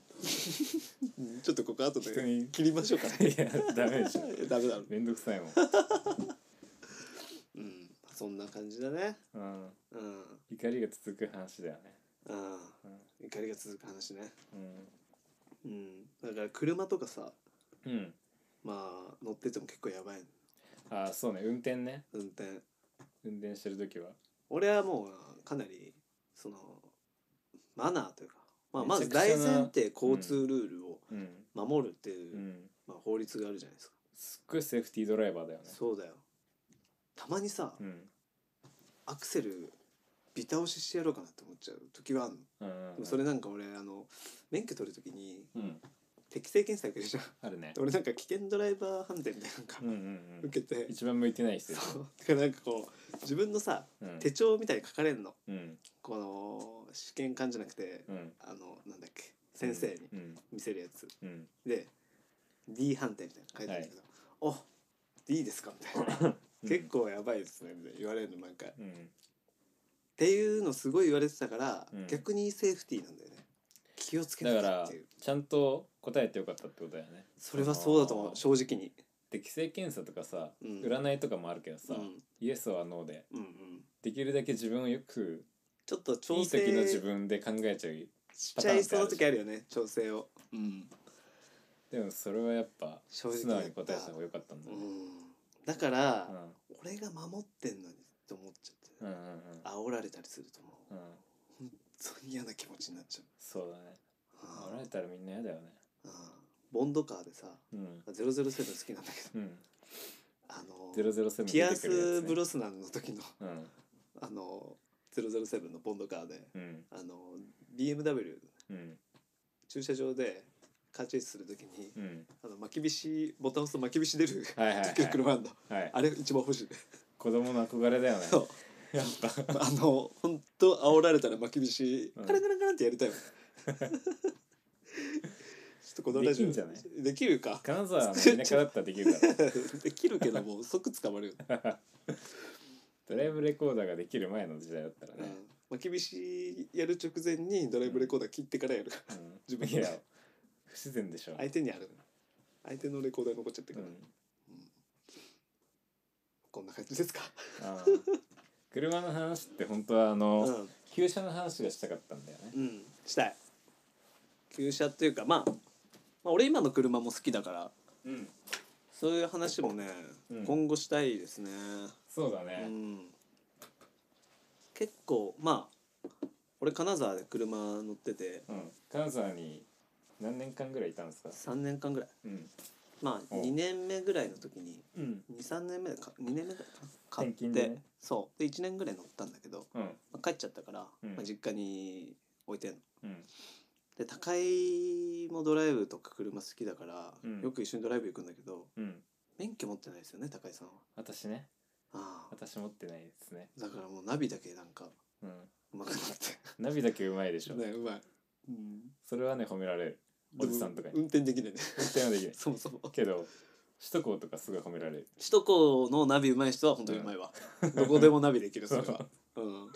S1: うんちょっとここ後
S2: 人
S1: で
S2: に
S1: 切りましょうかね [LAUGHS]
S2: いやダメでしょ
S1: ダメだろ
S2: めんどくさいもん、
S1: うんそんな感じだね
S2: うん、
S1: うん
S2: 怒りが続く話だよね
S1: うん怒りが続く話ねう
S2: う
S1: んだから車とかさ
S2: ん、うん、
S1: まあ乗ってても結構やばい
S2: ああそうね運転ね
S1: 運転
S2: 運転してる時は
S1: 俺はもうかなりそのマナーというか、まあ、まず
S2: めちゃ
S1: 大
S2: くちゃな
S1: 前提交通ルールを
S2: うん、
S1: 守るっていうう、
S2: ん、
S1: まあ、法律があるじゃないですか、
S2: すっごいセーフティードライバーだよね
S1: そうだよたまにさ、
S2: うん
S1: アクセルビタ押ししてやろうかなって思っちゃう時はあるの、
S2: うん
S1: でもそれなんか俺あの免許取る時に
S2: うん
S1: 適正検査受けるじゃん [LAUGHS]
S2: あるね
S1: で俺なんか危険ドライバー判定みたいなの
S2: うんう
S1: が
S2: んうん
S1: 受けて、 [LAUGHS]
S2: 一番向いてない人
S1: そうだからなんかこう自分のさ
S2: うん
S1: 手帳みたいに書かれんの
S2: うん
S1: この試験官じゃなくて
S2: うん
S1: あのなんだっけ先生に
S2: うん
S1: 見せるやつ
S2: うん
S1: で D 判定みたいなの書いてあるんだけど「お D ですか?」みたいな「結構やばいですね」みたいな言われるの毎回。っ
S2: うん
S1: ていうのすごい言われてたから、
S2: うん
S1: 逆にセーフティーなんだよね危気をつけ
S2: だ
S1: な
S2: か
S1: きゃ
S2: ら
S1: っていう
S2: ちゃんと答えてよかったってことだよね
S1: それはそうだと思
S2: あ
S1: う
S2: ー
S1: 正直に
S2: 適性検査とかさ、
S1: うん
S2: 占いとかもあるけどさ、
S1: うん
S2: イエスはノーで
S1: うんうん
S2: できるだけ自分をよく
S1: ちょっと
S2: い
S1: 調
S2: い
S1: 整
S2: 時の自分で考えちゃう
S1: しちゃいそうな時あるよね調整をうん、
S2: でもそれはやっぱ
S1: 正直
S2: 素直に答えた方がよかったんだ
S1: う
S2: ね、
S1: ん、だから、
S2: うん
S1: 俺が守ってんのにって思っちゃって、
S2: うんうんうん
S1: 煽られたりするともう
S2: うん
S1: 本当に嫌な気持ちになっちゃう
S2: そうだね
S1: あ
S2: もらえたらみんな嫌だよね
S1: あボンドカーでさ
S2: うん
S1: 007好きなんだけど
S2: うん
S1: あの
S2: ゼロゼロセブン
S1: ピアス・ブロスナンの時の
S2: うん
S1: あの007のボンドカーで
S2: うん
S1: あの BMW
S2: うん
S1: 駐車場でカーチェイスする時に
S2: うん
S1: あの巻き菱ボタン押すと巻き菱出る
S2: はいはいはい
S1: 時の車なんだ [LAUGHS]
S2: はい
S1: あれ一番欲しい
S2: 子供の憧れだよね
S1: そう
S2: やっぱ
S1: あの本当煽られたら巻き菱
S2: うん
S1: カランカランカランってやりたいもんちょっとこのラジオ
S2: できんじゃない
S1: できるか [LAUGHS]
S2: 金沢の田舎だったらできるから
S1: できるけどもう即捕まるよ
S2: ドライブレコーダーができる前の時代だったらね、
S1: まあ、厳しいやる直前にドライブレコーダー切ってからやるから
S2: うん、
S1: 自分
S2: い
S1: で
S2: や不自然でしょ、
S1: 相手にある相手のレコーダー残っちゃって
S2: う
S1: から、
S2: ん、
S1: こんな感じですか、
S2: あー車の話って本当はあ
S1: う
S2: の、
S1: ん
S2: 旧車の話がしたかったんだよね
S1: うん、したい旧車っていうか、まあ、まあ俺今の車も好きだから
S2: うん
S1: そういう話もね、
S2: うん
S1: 今後したいですね、
S2: そうだ
S1: う
S2: ね
S1: ん、結構まあ俺金沢で車乗ってて
S2: うん、金沢に何年間ぐらいいたんですか
S1: 3年間ぐらい
S2: うん
S1: まあ
S2: お
S1: 2年目ぐらいの時に
S2: うん
S1: 23年目でか2年目ぐらいかな買って、
S2: 転勤でね
S1: そうで1年ぐらい乗ったんだけど、
S2: うん
S1: まあ、帰っちゃったから、
S2: うん
S1: まあ、実家に置いてんの
S2: うん
S1: で高井もドライブとか車好きだから、
S2: うん
S1: よく一緒にドライブ行くんだけど
S2: うん
S1: 免許持ってないですよね高井さんは
S2: 私ね
S1: ああ
S2: 私持ってないですね
S1: だからもうナビだけなんか
S2: うん
S1: うまくなって
S2: ナビだけうまいでしょ、
S1: ねうまい、うん、
S2: それはね褒められるおじさんと
S1: で
S2: かに
S1: も運転できないね
S2: 運転はできない
S1: そもそも
S2: けど首都高とかすごい褒められる
S1: 首都高のナビうまい人は本当にうまいわ、どこでもナビできる
S2: [LAUGHS]
S1: それはうん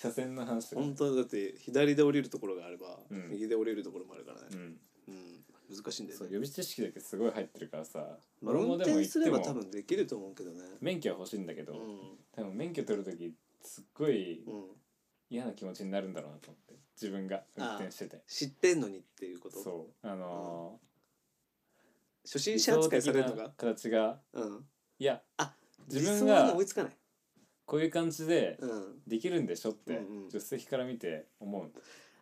S2: 車線の話とかね
S1: 本当だって左で降りるところがあれば、
S2: うん
S1: 右で降りるところもあるからね、
S2: うん
S1: うん、難しいんだよ
S2: そう
S1: ね
S2: 予備知識だけすごい入ってるからさ、
S1: まあ、
S2: 俺
S1: 運
S2: もでも
S1: 転
S2: 行っ
S1: すれ
S2: て
S1: ば多
S2: も
S1: 分できると思うけどね
S2: 免許は欲しいんだけ
S1: う
S2: ど、
S1: ん
S2: 多分免許取る時すっごい
S1: うん
S2: 嫌な気持ちになるんだろうなと思って自分が運
S1: ああ
S2: 転してて
S1: 知ってんのにっていうこと
S2: そうあの
S1: 初
S2: ー
S1: 心者扱いされるの
S2: 理想
S1: が
S2: 的な形が
S1: うん
S2: いや
S1: あ
S2: 自分
S1: 理想に
S2: が
S1: 追いつかない
S2: こういう感じで
S1: うん
S2: できるんでしょって
S1: うんうん
S2: 助手席から見て思う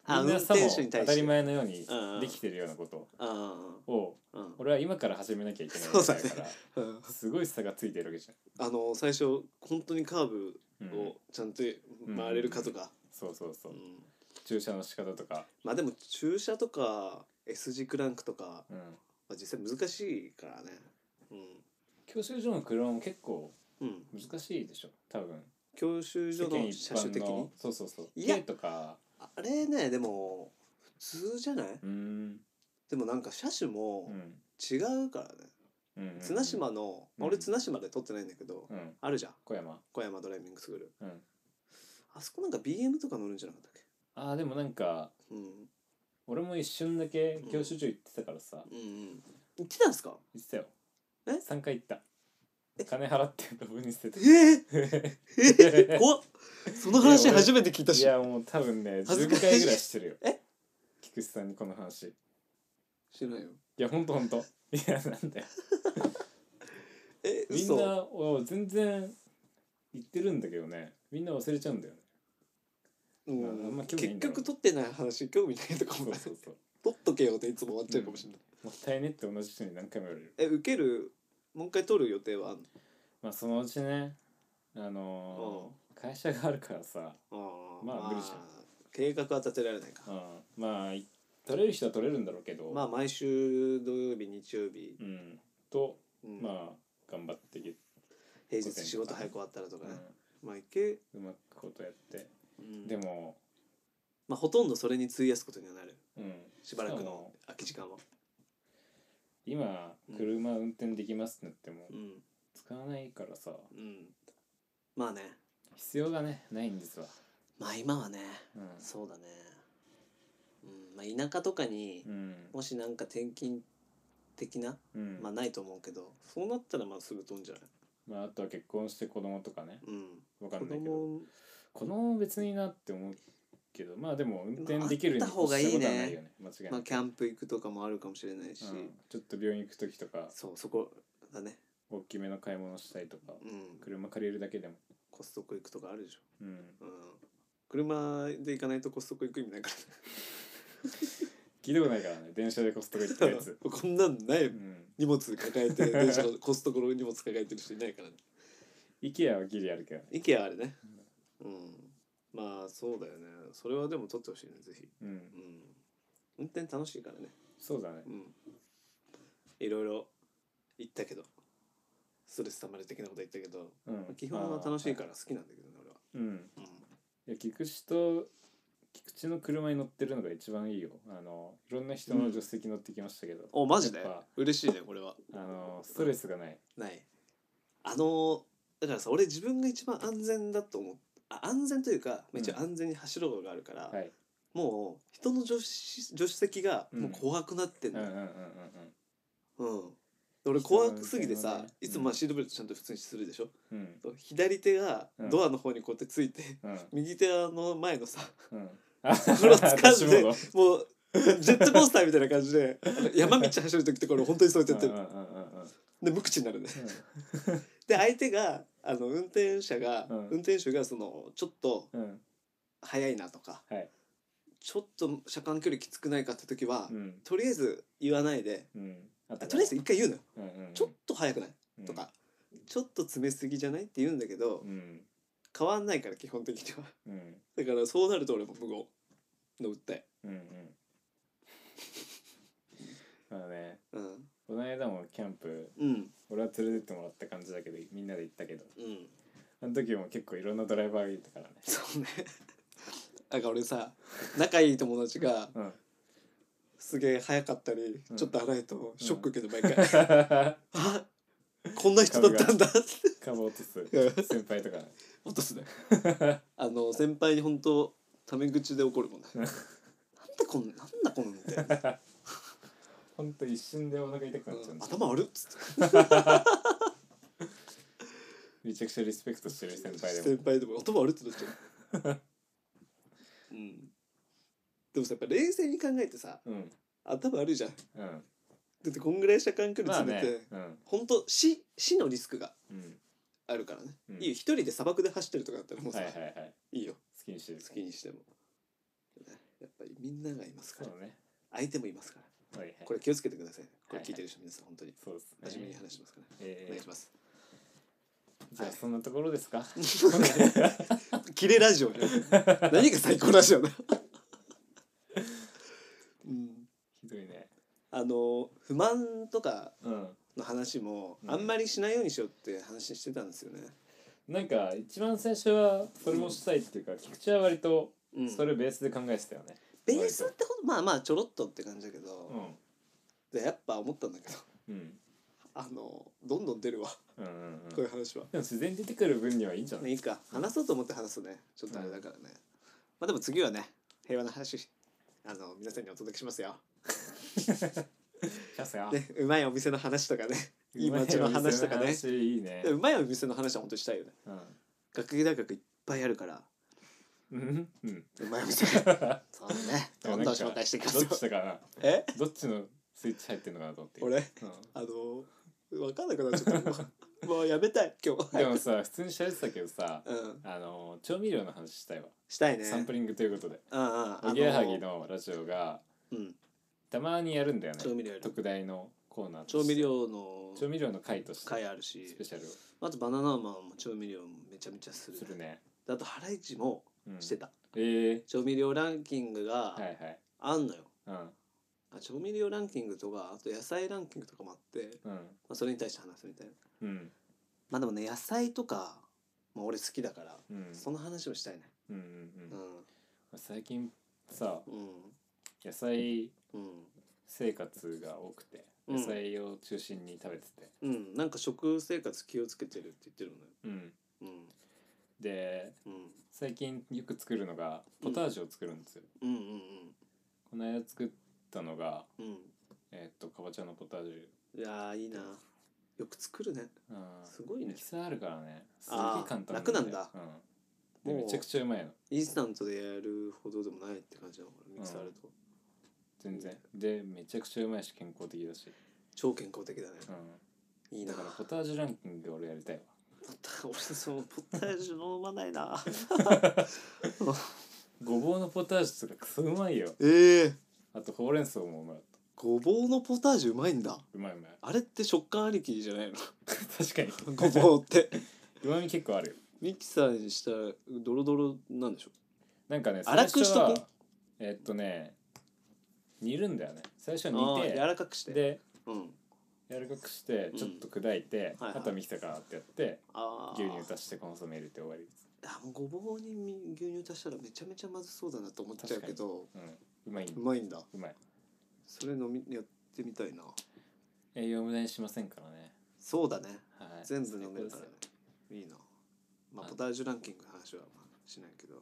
S1: あ
S2: みんなさも
S1: 運転手に対して
S2: 当たり前のように
S1: うんうん
S2: できてるようなこと
S1: あ
S2: を
S1: あうん
S2: 俺は今から始めなきゃいけない
S1: そうだね
S2: わけから
S1: うん
S2: すごい差がついてるわけじ
S1: あの最初本当にカーブ
S2: ゃん、うん
S1: をちゃんと回れるかとか、
S2: そうそうそううん駐車の仕方とか、
S1: まあでも駐車とか S 字クランクとか、
S2: うん、
S1: まあ、実際難しいからね
S2: 教習所の車も結構
S1: うん、うん、
S2: 難しいでしょ多分
S1: 教習所の車種的に
S2: そうそうそう
S1: いや
S2: 軽とか
S1: あれねでも普通じゃない、
S2: うーん
S1: でもなんか車種
S2: う
S1: も
S2: ん
S1: 違うからね、
S2: うんうん
S1: 綱島の、まあ、俺綱島で撮ってないんだけど、
S2: うん
S1: あるじゃん
S2: 小山
S1: 小山ドライビングスクール
S2: うん
S1: あそこなんか BM とか乗るんじゃなかったっけ
S2: あーでもなんか
S1: うん
S2: 俺も一瞬だけ教習所行ってたからさ
S1: うんうん行ってたんですか
S2: 行ってたよ
S1: え
S2: 3回行った
S1: え
S2: 金払ってロブに捨て
S1: え
S2: て
S1: ー、えー、怖っその話初めて聞いた
S2: い
S1: し
S2: やもう多分ね
S1: 恥ず
S2: 10
S1: かしい
S2: 回ぐらいしてるよ
S1: え
S2: 菊池さんにこの話い
S1: 知らないよ
S2: やほんとほんといやなんだよ
S1: え
S2: みん
S1: 嘘
S2: なお全然言ってるんだけどねみんな忘れちゃうんだよね
S1: うん
S2: あんま興味ない
S1: 結
S2: んだろう
S1: 局撮ってない話興味ないとか
S2: そ
S1: も
S2: う
S1: ない
S2: そうそう
S1: 撮っとけよっていつも終わっちゃうかもしれない、
S2: もったいねって同じ人に何回も言われる
S1: え受けるもう一回撮る予定はあんの
S2: まあそのうちねあのー会社があるからさ、
S1: あー
S2: まあ無理じゃん
S1: 計画は立てられないか
S2: うん、まあい取れる人は取れるんだろうけど、
S1: まあ毎週土曜日日曜日、
S2: うん、と、
S1: うん
S2: まあ頑張っていけ、
S1: 平日仕事早く終わったらとか
S2: う
S1: ね、まあいけ、
S2: んうまくことやって、
S1: うん
S2: でも、
S1: まあほとんどそれに費やすことにはなる
S2: うん、
S1: しばらく
S2: しか
S1: の
S2: も
S1: 空き時間は
S2: 今
S1: うん
S2: 車運転できますってなっても、
S1: うん
S2: 使わないからさ
S1: うんまあね
S2: 必要がねないんですわ、
S1: まあ今はね
S2: うん、
S1: そうだねうんまあ、田舎とかに
S2: うん
S1: もしなんか転勤的な、
S2: うん
S1: まあないと思うけどそうなったらまあすぐ飛んじゃない、
S2: まあ、あとは結婚して子供とかね
S1: うん、
S2: わか
S1: 子
S2: んないけど
S1: 供
S2: 子供別にいいなって思うけどまあでも運転できるに
S1: まああった方がいいね
S2: 越したことはないよね間違い
S1: ま
S2: な
S1: あ
S2: い、
S1: キャンプ行くとかもあるかもしれないし、
S2: うん、ちょっと病院行く時とか
S1: そうそこだね
S2: 大きめの買い物したりとか
S1: うん
S2: 車借りるだけでも、
S1: コストコ行くとかあるでしょ
S2: うん、
S1: うん車で行かないとコストコ行く意味ないか
S2: 聞いたことないからね電車でコストコ行った
S1: ら
S2: やつ
S1: [LAUGHS] こんなんな
S2: う
S1: い
S2: ん
S1: 荷物抱えて電車のコストコの荷物抱えてる人いない [LAUGHS] からね
S2: IKEA はギリあるけどね
S1: IKEA あれねうんまあそうだよねそれはでも取ってほしいねぜひ
S2: うん
S1: うん運転楽しいからね
S2: そうだね
S1: うんいろいろ言ったけどストレス溜まる的なこと言ったけど
S2: うん
S1: 基本は楽しいからら好きなんだけどね俺は
S2: うん
S1: うん
S2: いや菊池と菊池の車に乗ってるのが一番いいよあのいろんな人の助手席乗ってきましたけど、
S1: おマジで
S2: やっぱ
S1: 嬉しいねこれは
S2: あのストレスがない
S1: ないあのだからさ俺自分が一番安全だと思うあ安全というか、まあ一応
S2: うん
S1: 安全に走ることがあるから、
S2: はい
S1: もう人の助手助手席がもう怖くなってん
S2: うん
S1: の
S2: うん
S1: よ、
S2: うんうんうん
S1: うんで俺怖くすぎて
S2: 人の
S1: さ、
S2: 運転はね
S1: いつもまあシートベルトちゃんと普通にするでしょ、
S2: うん
S1: 左手が
S2: うん
S1: ドアの方にこうやってついて、
S2: うん
S1: 右手の前のさ [LAUGHS]
S2: [LAUGHS] うんあ
S1: 袋掴んで
S2: 出し
S1: もうジェットコースターみたいな感じであの山道走る時ってこれ本当にそうやってや
S2: 物
S1: って
S2: うん
S1: る
S2: うんうんうんうん
S1: で無口になるねで相手があの運転者が、
S2: うん
S1: 運転手がそのちょっと
S2: うんうん
S1: 速いなとか、
S2: はい
S1: ちょっと車間距離きつくないかって時は、
S2: うん
S1: とりあえず言わないで
S2: うんあ
S1: あ
S2: と
S1: とりあえず一回言うのよ、
S2: うんうんうん
S1: ちょっと速くないとか、ちょっと詰めすぎじゃないって言うんだけど、
S2: うん
S1: 変わんないから基本的には
S2: うんうん
S1: だからそうなると俺も無言の訴え
S2: うんうんまあね
S1: うん
S2: この間もキャンプ
S1: うん
S2: 俺は連れてってもらった感じだけどみんなで行ったけど
S1: うん
S2: あの時も結構いろんなドライバーがいたからね
S1: そうね [LAUGHS] なんか俺さ仲いい友達が
S2: うん
S1: すげえ早かったり、
S2: うん
S1: ちょっと荒いとショック受けて毎回、 [LAUGHS]
S2: カ
S1: あこんな人だったんだって
S2: バ落とす
S1: [LAUGHS] うん
S2: 先輩とかね
S1: 落とすね [LAUGHS] あの先輩に本当タメ口で怒るもん [LAUGHS] ねなんだこんなんだこんなん [LAUGHS] って、
S2: ほんと一瞬でお腹痛くなっちゃ
S1: う
S2: うん
S1: ん
S2: だ
S1: 頭悪っつって
S2: めちゃくちゃリスペクトしてる先輩でも
S1: 先輩でも頭悪ってなっちゃううんでもさやっぱ冷静に考えてさ
S2: うん
S1: 頭悪いじゃんだ
S2: うん
S1: ってこんぐらい車間距離
S2: まあ
S1: 詰めて、
S2: ねうん
S1: 本当死死のリスクが
S2: うん
S1: あるからね、
S2: うん
S1: いいよ一人で砂漠で走ってるとかだったらもうさ、
S2: はい
S1: い
S2: はいはい
S1: い、よ
S2: 好きにしてる
S1: 好きにしてもねやっぱりみんながいますか
S2: そ
S1: ら
S2: うね
S1: 相手もいますから
S2: はいはい
S1: これ気をつけてくださいねこれ
S2: はい
S1: 聞いてる人皆さん本当に
S2: そうですね
S1: 真面目に話しますからねお
S2: え
S1: 願い
S2: ー
S1: します
S2: じゃあそんなところですか [LAUGHS]
S1: キレラジオね何が最高ラ
S2: [LAUGHS]
S1: ジオだうん
S2: ひどいね
S1: あの不満とか
S2: うん
S1: の話も
S2: うん
S1: あんまりしないようにしようって話してたんですよね。
S2: なんか一番最初はそれもしたいっていうか菊池は割と
S1: うん、
S2: それベースで考えてたよね
S1: ベースってことまあまあちょろっとって感じだけど、でやっぱ思ったんだけど [LAUGHS]
S2: うんうん
S1: あのどんどん出るわ、
S2: うんうんうん
S1: こうい
S2: でも
S1: う話は。
S2: 自然に出てくる分にはいいんじゃない
S1: いいか話そうと思って話すねちょっとあれだからね。まあでも次はね平和な話あの皆さんにお届けしますよ。
S2: キャスが
S1: ねうまいお店の話とかねいい街の話とか
S2: [LAUGHS]
S1: ね。
S2: いいね
S1: でうまいお店の話は本当にしたいよね。学芸大学いっぱいあるから
S2: うんうん
S1: うまいお店そうだね [LAUGHS] どんどん紹介していきま
S2: ど
S1: す
S2: っ
S1: よ
S2: ち。だから
S1: え
S2: どっちのスイッチ入ってんのかなと思って
S1: 俺
S2: う
S1: あの分かんなくなっちゃったもうもうやめたい今日
S2: んでもさ普通に喋ってたけどさ
S1: うん
S2: あの調味料の話したいわ
S1: したいね
S2: サンプリングということで
S1: うんうんあ
S2: おぎやはぎのラジオが
S1: うん
S2: たまにやるんだよね
S1: 調味料やる
S2: 特大のコーナーとして
S1: 調味料の
S2: 調味料の回として
S1: 回ある
S2: ス
S1: し
S2: ペシャルを
S1: あとバナナマンも調味料もめちゃめちゃする
S2: するね、
S1: あとハライチも
S2: うん、
S1: してた、
S2: ええ
S1: 調味料ランキングが
S2: はいはい
S1: あんのよ、
S2: うん
S1: あ調味料ランキングとかあと野菜ランキングとかもあって、
S2: うん
S1: まあ、それに対して話すみたいな
S2: うん
S1: まあでもね野菜とか、まあ、俺好きだから、
S2: うん
S1: その話もしたいね
S2: うん
S1: う
S2: うん
S1: ん
S2: うん最近さ
S1: うん
S2: 野菜
S1: うん
S2: 生活が多くて
S1: うん
S2: 野菜を中心に食べてて、
S1: うん、なんか食生活気をつけてるって言ってるのよ。
S2: うん、
S1: うん
S2: で
S1: うん
S2: 最近よく作るのがポタージュを作るんですよ、
S1: うんうん
S2: この間作ったのが
S1: うん
S2: えっとかぼちゃのポタージュ
S1: いやーいいなよく作るね
S2: うん
S1: すごいね
S2: ミキサーあるからねすげえ
S1: あー
S2: 簡単
S1: 楽なんだ
S2: うんで
S1: もう
S2: めちゃくちゃうまいの
S1: インスタントでやるほどでもないって感じなのかなミキサーあると、
S2: 全然でめちゃくちゃうまいし健康的だし
S1: 超健康的だね、
S2: う
S1: いい [LAUGHS]
S2: ん
S1: な
S2: だからポタージュランキング俺やりたいわ
S1: また俺そのポタージュ飲まないな
S2: ごぼうのポタージュとかクソうまいよ
S1: ええ
S2: あとほうれん草もうまかった
S1: ごぼうのポタージュうまいんだ
S2: うまいうま [LAUGHS] い
S1: あれって食感ありきじゃない [LAUGHS] の
S2: 確かに
S1: ごぼうって
S2: [LAUGHS] うまみ結構あるよ
S1: ミキサーにしたらドロドロなんでしょ
S2: なんかね
S1: 粗くしとこ
S2: 最初はえっとね煮るんだよね最初
S1: あ
S2: 煮
S1: ー柔らかくして
S2: てで
S1: うん
S2: 柔らかくして
S1: うん
S2: ちょっと砕いて、
S1: はいはい
S2: あとはミキサーからってやって
S1: あー
S2: 牛乳足してコンソメ入れて終わりです、
S1: あもうごぼうにみ牛乳足したらめちゃめちゃまずそうだなと思っちゃうけど
S2: うん、うまいんだ
S1: うまいんだ
S2: うまい
S1: それ飲みやってみたいな
S2: 栄養無駄にしませんからね、
S1: そうだね
S2: はい、
S1: 全部飲めるからね
S2: 最
S1: いいなまあ
S2: あ
S1: ポタージュランキングの話はまあしない
S2: [LAUGHS]
S1: けど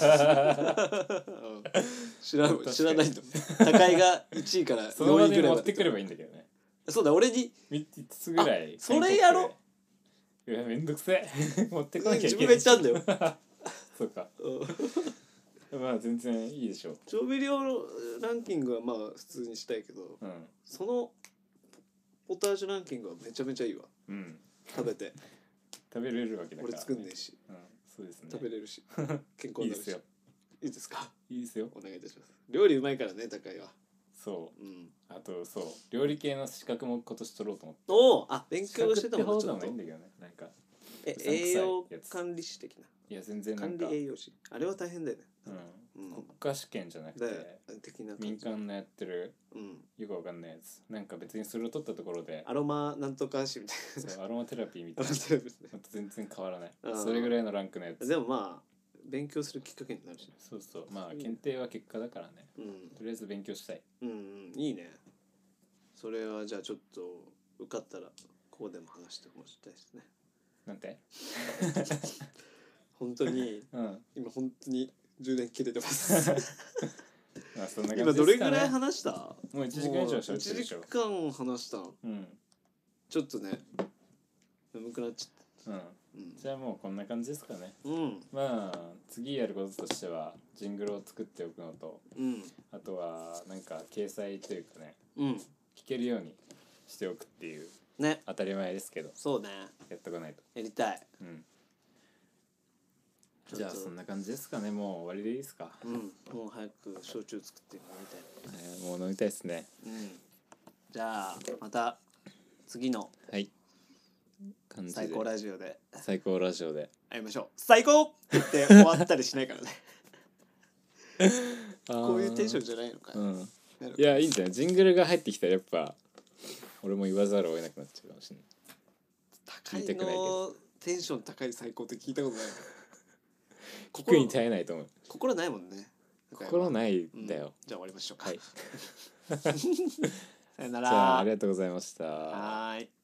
S1: うん知ら
S2: 確かに
S1: 知らないと思う高井が1位から
S2: [LAUGHS] 高ですよその
S1: 4
S2: 場
S1: 位ぐ
S2: で
S1: らい
S2: 持
S1: ま
S2: っ
S1: で
S2: てくればいいんだけどね
S1: そうだ俺
S2: [LAUGHS]
S1: に
S2: 3つぐらい
S1: あそれやろ
S2: ういやめんどくせえ [LAUGHS] 持ってこなきゃい
S1: 自
S2: け
S1: 分
S2: な
S1: が
S2: い
S1: 言ったんだよ
S2: そうか
S1: うん
S2: まあ全然いいでしょう
S1: 調味料ランキングはまあ普通にしたいけど
S2: うん
S1: そのポタージュランキングはめちゃめちゃいいわ
S2: うん
S1: 食べて
S2: 食べれるわけだから、
S1: 俺作んねえし
S2: うんそうですね
S1: 食べれるし健康
S2: い
S1: に
S2: いで
S1: なる
S2: す
S1: し
S2: よ
S1: いいですか
S2: いいですよ
S1: お願いいたします料理うまいからね高井は
S2: そ
S1: うん
S2: うあとそう料理系の資格も今年取ろうと思って
S1: おおあ勉
S2: 資格
S1: 強
S2: っ
S1: しててた
S2: ほ
S1: もん
S2: ど
S1: ち
S2: で
S1: ょ
S2: も
S1: っ
S2: な
S1: と
S2: いんだけどねなんか
S1: え
S2: うさんくさい
S1: 栄養
S2: やつ
S1: 管理士的ない
S2: や全然なん
S1: 管
S2: か
S1: 理栄養士あれは大変だよね
S2: う
S1: うん
S2: ん、国家試験じゃなく
S1: だよ
S2: て
S1: 的な感じ
S2: 民間のやってる
S1: うん
S2: よくわかんないやつなんか別にそれを取ったところで
S1: アロマなんとかしみたい
S2: そうアロマテラピーみた
S1: ない
S2: な
S1: アロマテラピスね
S2: また全然変わらない
S1: うん
S2: それぐらいのランクのや
S1: [LAUGHS]
S2: つ
S1: でもまあ勉強するきっかけになるしね
S2: そうそうまあ検定は結果だからね
S1: うん
S2: とりあえず勉強したい
S1: うんうんいいねそれはじゃあちょっと受かったらこうでも話してもらいたいですね
S2: なんて
S1: 本当に
S2: うん
S1: 今本当に充電切れてます
S2: [LAUGHS] まあそんな感じですか、ね、
S1: 今どれぐらい話した
S2: もう1時間以上しゃべって
S1: 1
S2: るで
S1: 時
S2: しょ
S1: 間話した
S2: うん
S1: ちょっとね眠くなっちゃっ
S2: うんじゃあもうこんな感じですかね
S1: たうんうん
S2: まあ次やることとしてはジングルを作っておくのと
S1: うん
S2: あとはなんか掲載というかね
S1: うん
S2: 聞けるようにしておくっていう
S1: ね
S2: 当たり前ですけど
S1: そうね
S2: やっとかないと
S1: やりたい
S2: うん
S1: ちょっと
S2: じゃあそんな感じですかねもう終わりでいいですか、
S1: うんもう早く焼酎作って飲みたい
S2: えーもう飲みたいですね
S1: うんじゃあまた次の
S2: はい感じで
S1: 最高ラジオで
S2: 最高ラジオで
S1: 会いましょう最高って言って終わったりしないからね
S2: [LAUGHS]
S1: こういうテンションじゃないのか
S2: う
S1: な、
S2: ん
S1: なる
S2: いやいいんじゃないジングルが入ってきたらやっぱ俺も言わざるを得なくなっちゃうかもしれない
S1: 高
S2: 聞い
S1: い
S2: たくない
S1: の
S2: けど
S1: テンション高い最高って聞いたこと
S2: [LAUGHS]
S1: ない
S2: 聞く
S1: 心
S2: に耐えないと思う
S1: 心ないもんねい
S2: 心ないんだよ、
S1: じゃあ終 [LAUGHS] わりましょうか、
S2: はい、じ
S1: さよなら
S2: ゃあありがとうございました
S1: はーい